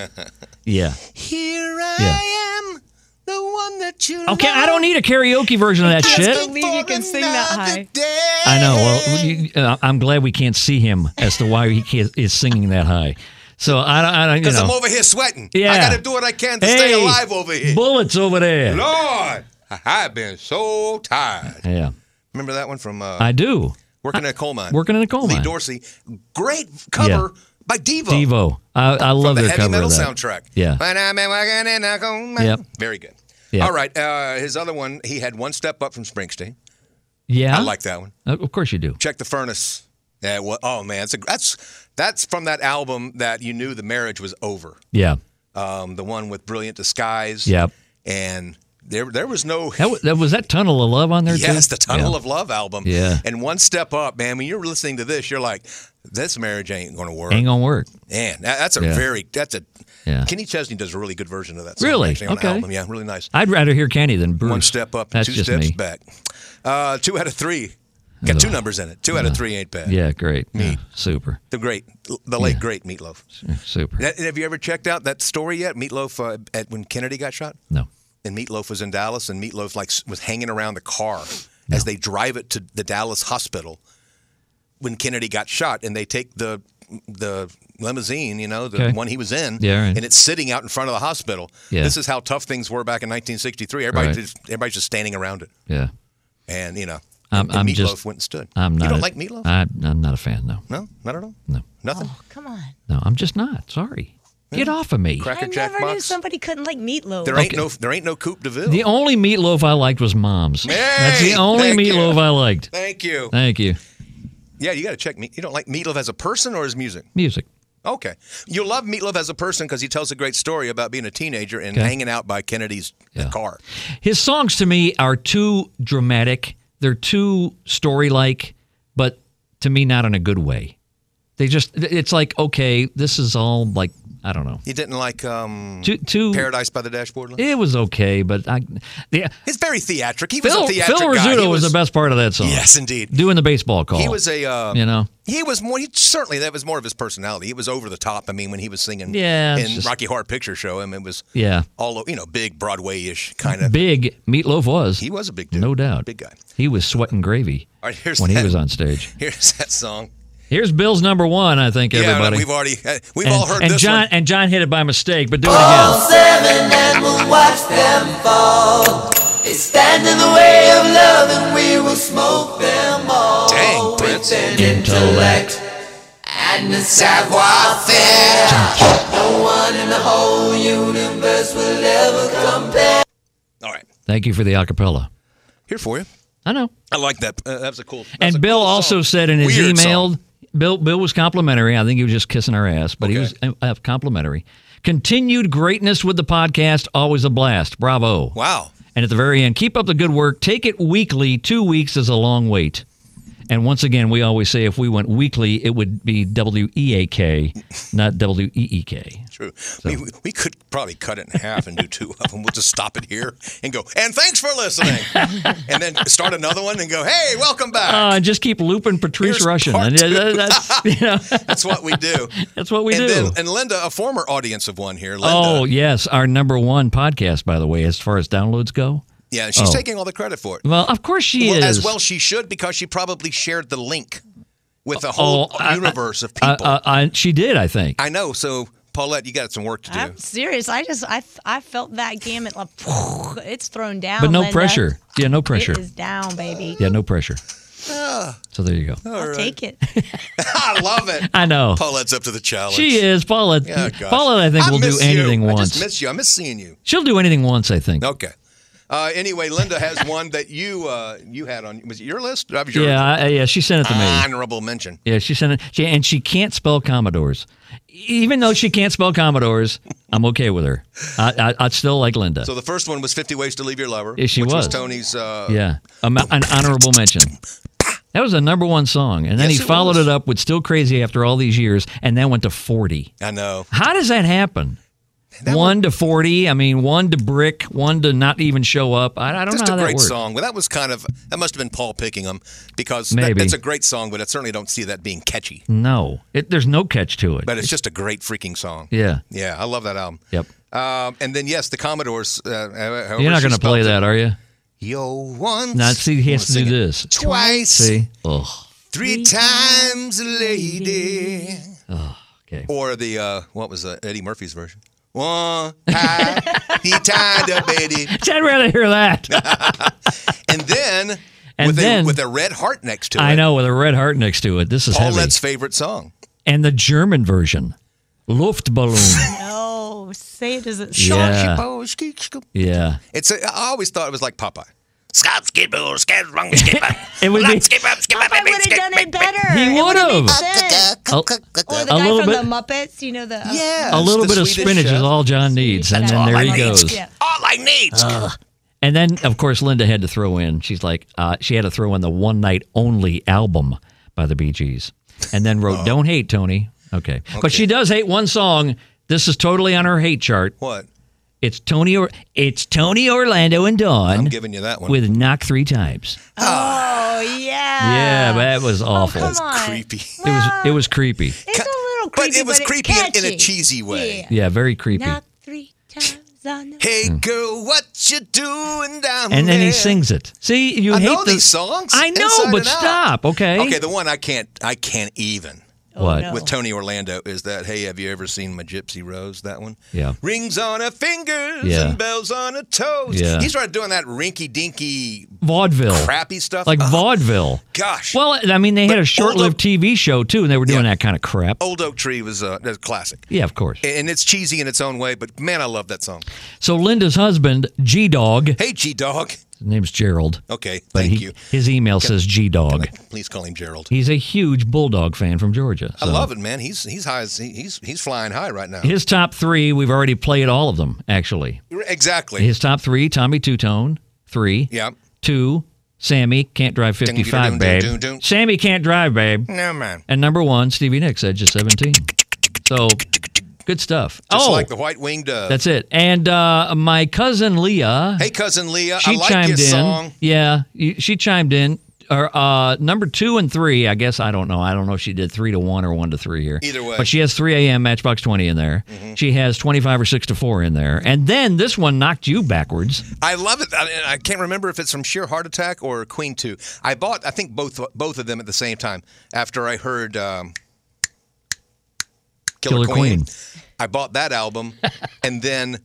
yeah.
Here
Yeah.
I am, the one that you
Okay, I don't need a karaoke version of that shit.
believe you can sing that high.
I know. Well, you- uh, I'm glad we can't see him as to why he can't, is singing that high. So I don't. I don't you
Because
know.
I'm over here sweating.
Yeah.
I got to do what I can to stay
Hey,
alive over here.
Bullets over there.
Lord, I've been so tired.
Yeah,
Remember that one from uh,
I do.
Working in a Coal Mine?
Working in a Coal
Lee
Mine.
Dorsey. Great cover by Devo.
Devo. I, I
Oh. From
love
the
their
heavy
cover
metal
of that.
soundtrack.
Yeah.
When I've been working in a coal mine.
Yep.
Very good.
Yeah.
All right. Uh, his other one, he had one step up from Springsteen.
Yeah,
I like that one.
Of course you do.
Check the furnace. Yeah, well, oh man, it's a, that's that's from that album that you knew the marriage was over.
Yeah.
Um, the one with Brilliant Disguise.
Yep.
And there there was no
That was, that was that Tunnel of Love on there too?
(laughs) Yes, the Tunnel
Yeah.
of Love album.
Yeah.
And one step up, man. When you're listening to this, you're like, this marriage ain't going to work.
Ain't gonna work.
Man, that, that's a
Yeah.
very that's a
Yeah.
Kenny Chesney does a really good version of that. Song,
Really?
actually, on
Okay.
The album. Yeah, really nice.
I'd rather hear Kenny than Bruce.
One step up,
That's
two
just
steps
me.
back. Uh, two out of three. Got two numbers in it. Two out of three ain't bad.
Yeah, great. Me. super.
The great, the late great Meatloaf.
Super.
That- have you ever checked out that story yet? Meatloaf uh, at when Kennedy got shot.
No.
And Meatloaf was in Dallas, and Meatloaf like s- was hanging around the car as they drive it to the Dallas hospital when Kennedy got shot, and they take the the limousine, you know, the
Okay.
one he was in,
Yeah, right.
and it's sitting out in front of the hospital.
Yeah.
This is how tough things were back in 1963. Everybody
Right.
just, everybody's just standing around it,
Yeah.
and you know,
I'm,
and
I'm
Meatloaf
just.
went and stood.
I'm not
you don't
a-
like Meatloaf?
I, I'm not a fan. No.
no, not at all.
No. Oh,
Nothing.
Oh, Come on.
No. I'm just not. Sorry. Get off of me.
Cracker
I
Jack
never knew
box.
somebody couldn't like meatloaf.
There ain't no there ain't no Coupe de Ville.
The only meatloaf I liked was mom's. That's the
Hey,
only
thank you.
meatloaf I liked.
Thank you.
Thank you.
Yeah, you got to check me. You don't like Meatloaf as a person or his music?
Music.
Okay. You love Meatloaf as a person because he tells a great story about being a teenager and
Okay.
hanging out by Kennedy's car.
His songs to me are too dramatic. They're too story like, but to me, not in a good way. They just, it's like, okay, this is all like, I don't know.
You didn't like um,
Too, too,
Paradise by the Dashboard Light?
it was okay, but I, yeah.
He's very theatric. He was
Phil,
a
Phil
theatric guy.
Rizzuto
He
was, the best part of that song.
Yes, indeed.
Doing the baseball call.
He was a. Uh,
you know,
He was more. He, certainly, that was more of his personality. He was over the top. I mean, when he was singing
Yeah,
in
it's just-
Rocky Horror Picture Show, I mean, it was
yeah.
all o- you know, big Broadway-ish kind of.
Big meatloaf was.
He was a big dude.
No doubt.
Big guy.
He was sweating gravy
All right, here's
when he
that.
was on stage.
Here's that song.
Here's Bill's number one, I think,
Yeah,
(laughs) everybody.
we've already uh, we've
and,
all heard
and
this
John
one.
and John hit it by mistake, but do it again.
seven and we'll watch them fall. They stand in the way of love and we will smoke them all.
Dang,
With
Prince.
an intellect and a savoir faire. No one in the whole universe will ever compare.
All right,
Thank you for the acapella.
here for you.
I know.
I like that. Uh, that was a cool. that was a
and Bill
cool
also
song.
said in his
Weird
email,
song.
Bill Bill was complimentary. I think he was just kissing our ass, but he was
Okay.
uh, complimentary. Continued greatness with the podcast, always a blast. Bravo.
"Wow,
And at the very end, keep up the good work. Take it weekly. Two weeks is a long wait. And once again, we always say if we went weekly, it would be W E A K, not W E E K.
true. We, we- we could probably cut it in half and do two of them. We'll just stop it here and go. And thanks for
(laughs)
listening. and then start another one and go. Hey, welcome back.
Uh, and just keep looping Patrice
Here's
Russian.
part
And
two.
that- that's, you know,
That's what we do.
that's what we
and
do.
Then, uh, and Linda, a former audience of one here. Linda,
oh, yes. Our number one podcast, by the way, as far as downloads go.
yeah, she's
oh.
taking all the credit for it.
Well, of course she
Well,
is.
as well she should because she probably shared the link with a whole
Oh, I- I-
universe of
Uh,
people.
uh, I, she did, I
Oh,
think.
I know. So Paulette, you got some work to do.
I'm serious. I just I, I felt that gamut like (laughs) it's thrown down.
but no
Linda.
pressure. Yeah, no pressure.
It is down, baby.
Yeah, no pressure.
Ah.
So there you go.
I'll take it.
(laughs) I love it.
I know.
(laughs) Paulette's up to the challenge.
She is Paula.
Oh, gosh.
Paula, I think will do
miss
anything
you. I
once.
just miss you. I miss seeing you.
She'll do anything once, I think.
Okay. Uh, anyway, Linda has (laughs) one that you uh, you had on was it your list? That was your
Yeah, I, yeah, she sent it to me.
honorable mention.
yeah, she sent it. She, and she can't spell Commodores. Even though she can't spell Commodores, I'm okay with her. I, I, I'd still like Linda.
So the first one was Fifty Ways to Leave Your Lover.
Yeah, she
which was.
was.
Tony's. Uh,
yeah, Um, an honorable mention. That was a number one song, and then
Yes,
he
it
followed
was.
it up with "Still Crazy After All These Years," and then went to 40.
I know.
How does that happen?
That
one to 40. I mean, one to brick, one to not even show up. I, I don't
Just
know
a
how that
great
works.
song. Well, that was kind of that must have been Paul picking them because that,
Maybe.
that's a great song, but I certainly don't see that being catchy.
No, it, there's no catch to it.
But it's just a great freaking song.
yeah.
Yeah, I love that album.
Yep.
Um, and then yes, the Commodores. Uh, however
You're not
she
going to play
spells it.
that, are you?
Yo, once.
No, see, he has to
Sing
do
it.
this.
Twice.
See? Oh,
Three times a lady.
Oh, okay.
Or the, uh, what was uh, Eddie Murphy's version? One time he tied a baby.
I'd rather hear that.
And then,
And
with,
then-
a, with a red heart next to it.
I know, with a red heart next to it. This is heavy.
Paulette's favorite song.
And the German version,
(laughs)
Luftballon.
No, say it as it
Yeah. Uh.
It's a, I always thought it was like Popeye. Scott Skipper, Scott Wrong Skipper.
(laughs) It would be-
Skipper, Skipper,
I would have done it better.
He
It
would
would've
have.
made sense.
A,
Or the
a
guy
little
from
bit,
the Muppets, you know the. oh,
Yeah.
Oh. a little bit of spinach is all Uh. John needs, and then there he goes.
Yeah.
All I need.
And then, of course, Linda had to throw in. She's like, uh, she had to throw in the one night only album by the Bee Gees, and then wrote "Don't Hate Tony." Okay. but she does hate one song. This is totally on her hate chart.
what?
It's Tony or it's Tony Orlando and
I'm
Dawn
giving you that one.
with "Knock Three Times."
Oh yeah.
yeah, but that was awful.
Uh, oh, come on.
(laughs)
Creepy.
It was it was creepy.
It's a little
But
creepy,
it was creepy in- in a
catchy.
cheesy way.
Yeah.
Yeah, very creepy.
Knock three times on the.
Hey girl, what you doing down
and
there?
then he sings it. See, you
I
hate
know
the-
these songs.
I know,
inside
but
and out.
stop. Okay.
Okay, the one I can't, I can't even
what?
Oh, no.
with Tony Orlando is that. Hey, have you ever seen my Gypsy Rose? That one.
Yeah.
Rings on her fingers
Yeah.
and bells on her toes.
Yeah.
He started doing that rinky dinky
Vaudeville.
crappy stuff.
Like
Uh,
vaudeville.
gosh.
Well, I mean, they had
But
a short-lived TV show too, and they were doing
Yeah. Eh.
that kind of crap.
Old Oak Tree was uh, a classic,
Yeah, of course.
and it's cheesy in its own way. But man, I love that song.
So Linda's husband, G Dog, his
Hey, G Dog.
name's Gerald.
Okay,
but
thank
he-
you.
His email says G Dog.
Please call him Gerald.
He's a huge bulldog fan from Georgia.
I
so.
love it, man. He's he's high. As, he- he's he's flying high right now.
His top three, we've already played all of them actually.
exactly.
His top three: Tommy Two Tone, three,
yeah.
two, Sammy can't drive fifty-five, babe.
Dun-dun-dun-dun-dun-dun.
Sammy can't drive, babe.
No man.
And number one, Stevie Nicks, Edge of 17. So good stuff.
Just
oh,
like the white winged dove.
that's it. And uh, my cousin Leah,
hey, cousin Leah.
she
I like
chimed
this
in.
song.
Yeah, you- she chimed in. Or uh, number two and three, I guess I don't know. I don't know if she did three to one or one to three here.
Either way. Mm-hmm.
but she has three a.m. Matchbox Twenty in there. She has twenty-five or six to four in there, and then this one knocked you backwards.
I love it. I, I can't remember if it's from sheer heart attack or Queen Two. I bought, I think both both of them at the same time after I heard um, Killer,
Killer
Queen.
Queen.
I bought that
(laughs)
album, and then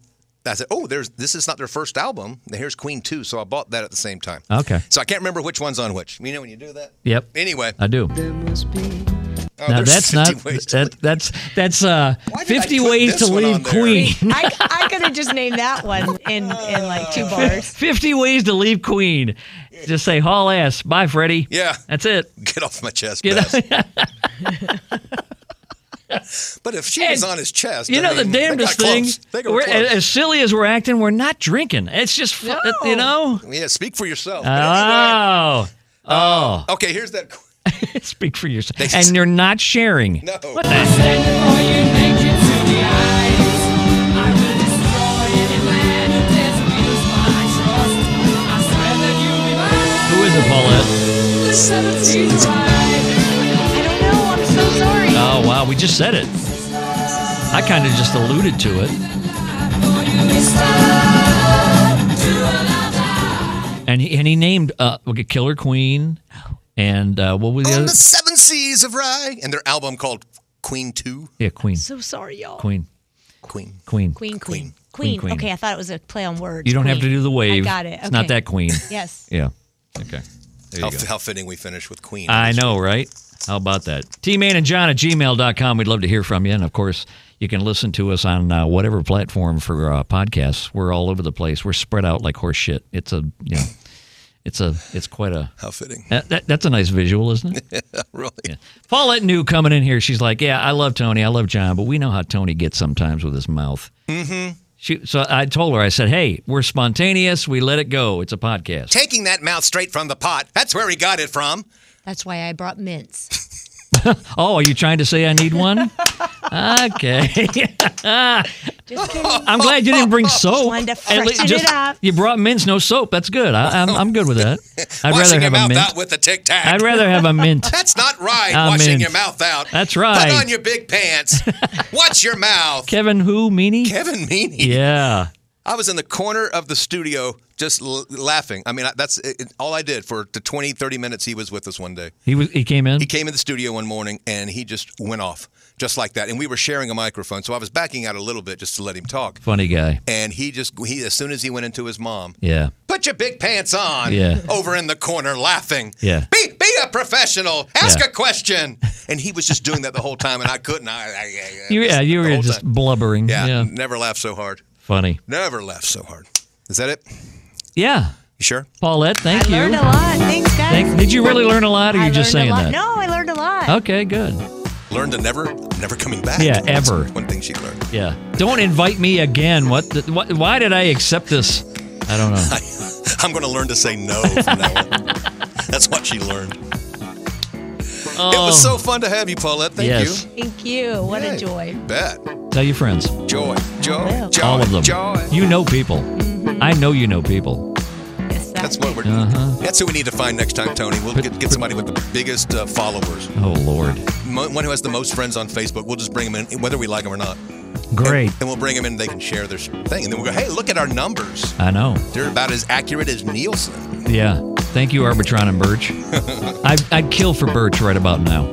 I said, "Oh, there's this is not their first album. Here's Queen Two, so I bought that at the same time.
Okay.
So I can't remember which one's on which. You know when you do that.
Yep,
Anyway,
I do.
oh,
now
there's (laughs)
that's not
50 ways to
that, that's that's uh
Why did I
fifty
put
ways
this
to
one
leave
on there?
Queen.
(laughs) I, I could have just named that one in in
(laughs)
like two bars.
50 ways to leave Queen. Just say, haul ass. Bye, Freddie.
Yeah.
That's it.
Get off my chest,
You know,
Bess. (laughs) But if she was on his chest,
you
I
know the
mean, they got
damnedest thing.
close. They got
We're,
close.
as silly as we're acting, we're not drinking. It's just, fu- you know?
Yeah, speak for yourself.
Oh. (laughs) Oh.
Okay, here's that. qu-
Speak for yourself.
They just-
And you're not sharing.
No.
Who is it, Paulette?
I don't know. I'm so sorry.
Oh, wow. We just said it. I kind of just alluded to it. And he, and he named uh, okay, Killer Queen. And uh, what
Oh,
was the
On
other?
the seven seas of rye, and their album called Queen Two.
Yeah, Queen.
so sorry, y'all.
Queen.
Queen.
Queen.
Queen, queen,
Queen,
queen,
queen.
Okay, I thought it was a play on words.
You don't have to
Queen.
do the wave.
I got it.
It's not
Okay.
that
(laughs)
queen.
Yes.
Yeah. Okay. There
How,
you go.
how fitting we finish with Queen.
I know, right? How about that? T-Man and John at gmail.com. We'd love to hear from you. And of course, you can listen to us on uh, whatever platform for uh, podcasts. We're all over the place. We're spread out like horse shit. It's a, you know, it's a, it's quite a,
How fitting,
that, that, that's a nice visual, isn't it?
(laughs) really.
Paulette knew coming in here. She's like, "Yeah, I love Tony. I love John, but we know how Tony gets sometimes with his mouth." Mm-hmm. She, so I told her, I said, "Hey, we're spontaneous. We let it go. It's a podcast."
Taking that mouth straight from the pot. That's where he got it from.
That's why I brought mints.
Oh, are you trying to say I need one? okay. (laughs)
Just kidding.
I'm glad you didn't
(laughs)
bring soap.
wanted to
Oh, At
freshen
least-
it up.
You brought mints, no soap. That's good. I, I'm, I'm good with that. I'd
washing
rather
your
have a
mouth
mint.
out with a tic tac.
I'd rather have
(laughs)
a mint.
That's not right.
Ah,
washing
mint.
your mouth out.
That's
Put
right.
on your big
(laughs)
pants. Watch your mouth.
Kevin, who meanie?
Kevin Meaney.
Yeah.
I was in the corner of the studio just l- laughing. I mean, I- that's it, it- all I did for the 20, 30 minutes he was with us one day.
He was. He came in.
He came in the studio one morning and he just went off just like that. And we were sharing a microphone, so I was backing out a little bit just to let him talk.
Funny guy.
And he just he as soon as he went into his mom,
Yeah.
put your big pants on.
Yeah.
Over in the corner laughing.
Yeah.
Be be a professional. Ask
Yeah.
a question. And he was just doing that the whole time, and I couldn't. I, I, I,
You, yeah, you
the
were
whole
just
time.
blubbering.
Yeah,
yeah.
Never laughed so hard.
Funny.
Never laughed so hard. Is that it?
Yeah.
You sure?
Paulette, thank you.
I learned a lot. Thanks, guys.
Thank- did you really learn a lot, or
I
you just
learned a
saying that?
lot. No, I learned a lot.
Okay, good.
Learned to never, never coming back.
Yeah,
That's
ever.
one thing she learned.
Yeah. Don't invite me again. What? The, what why did I accept this? I
(laughs)
don't know.
I'm going to learn to say no from now on.
(laughs)
That's what she learned. It was so fun to have you, Paulette. Thank
Oh. Yes.
you.
Thank you. What a joy.
Bet.
Tell your friends.
Joy. Joy.
will.
Joy.
All of them.
Joy.
You know people. I know you know people.
Yes, that-
That's what we're.
Uh-huh.
That's who we need to find next time, Tony. We'll get, get somebody with the biggest uh, followers,
Oh Lord.
Mo- one who has the most friends on Facebook. We'll just bring them in, whether we like them or not.
Great.
And we'll bring them in. They can share their s- thing, and then we'll go. Hey, look at our numbers.
I know.
They're about as accurate as Nielsen.
Yeah. Thank you, Arbitron and
(laughs)
Birch. I, I'd kill for Birch right about now.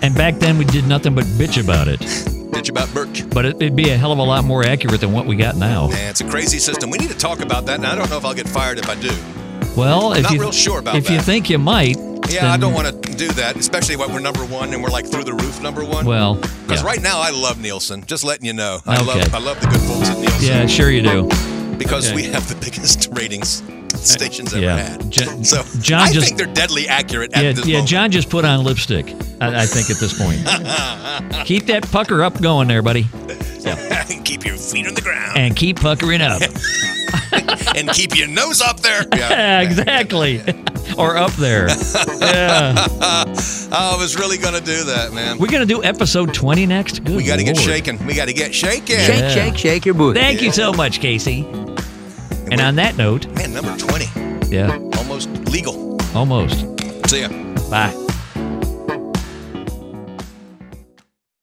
And back then we did nothing but bitch about it.
Bitch about Birch.
But it, it'd be a hell of a lot more accurate than what we got now.
Man, it's a crazy system. We need to talk about that, and I don't know if I'll get fired if I do.
Well, if
Not
you
real sure about
if you
that.
think you might,
Yeah, I don't want to do that, especially when we're number one and we're like through the roof number one.
Well,
because
yeah.
right now I love Nielsen. Just letting you know, I love
Okay.
I love the good folks at Nielsen.
yeah, sure you do.
because
Okay.
we have the biggest (laughs) ratings stations ever
Yeah.
had. (laughs)
Jo-
so
John
I
just-
think they're deadly accurate at
Yeah,
this
yeah.
moment. (laughs)
John just put on lipstick. I, I think at this point, keep that pucker up going there, buddy,
keep your feet on the ground
and keep puckering up.
and keep your nose up there.
(laughs) Yeah,
Yeah.
exactly. (laughs) or up there. Yeah.
I was really gonna do that, man. We,
We're gonna do episode twenty next. Good.
gotta get
Lord.
shaken. We gotta get shaken.
Yeah.
Shake, shake your booty.
Thank you so much, Casey. And on that note,
Man, number twenty,
yeah,
almost legal.
almost.
See ya.
Bye.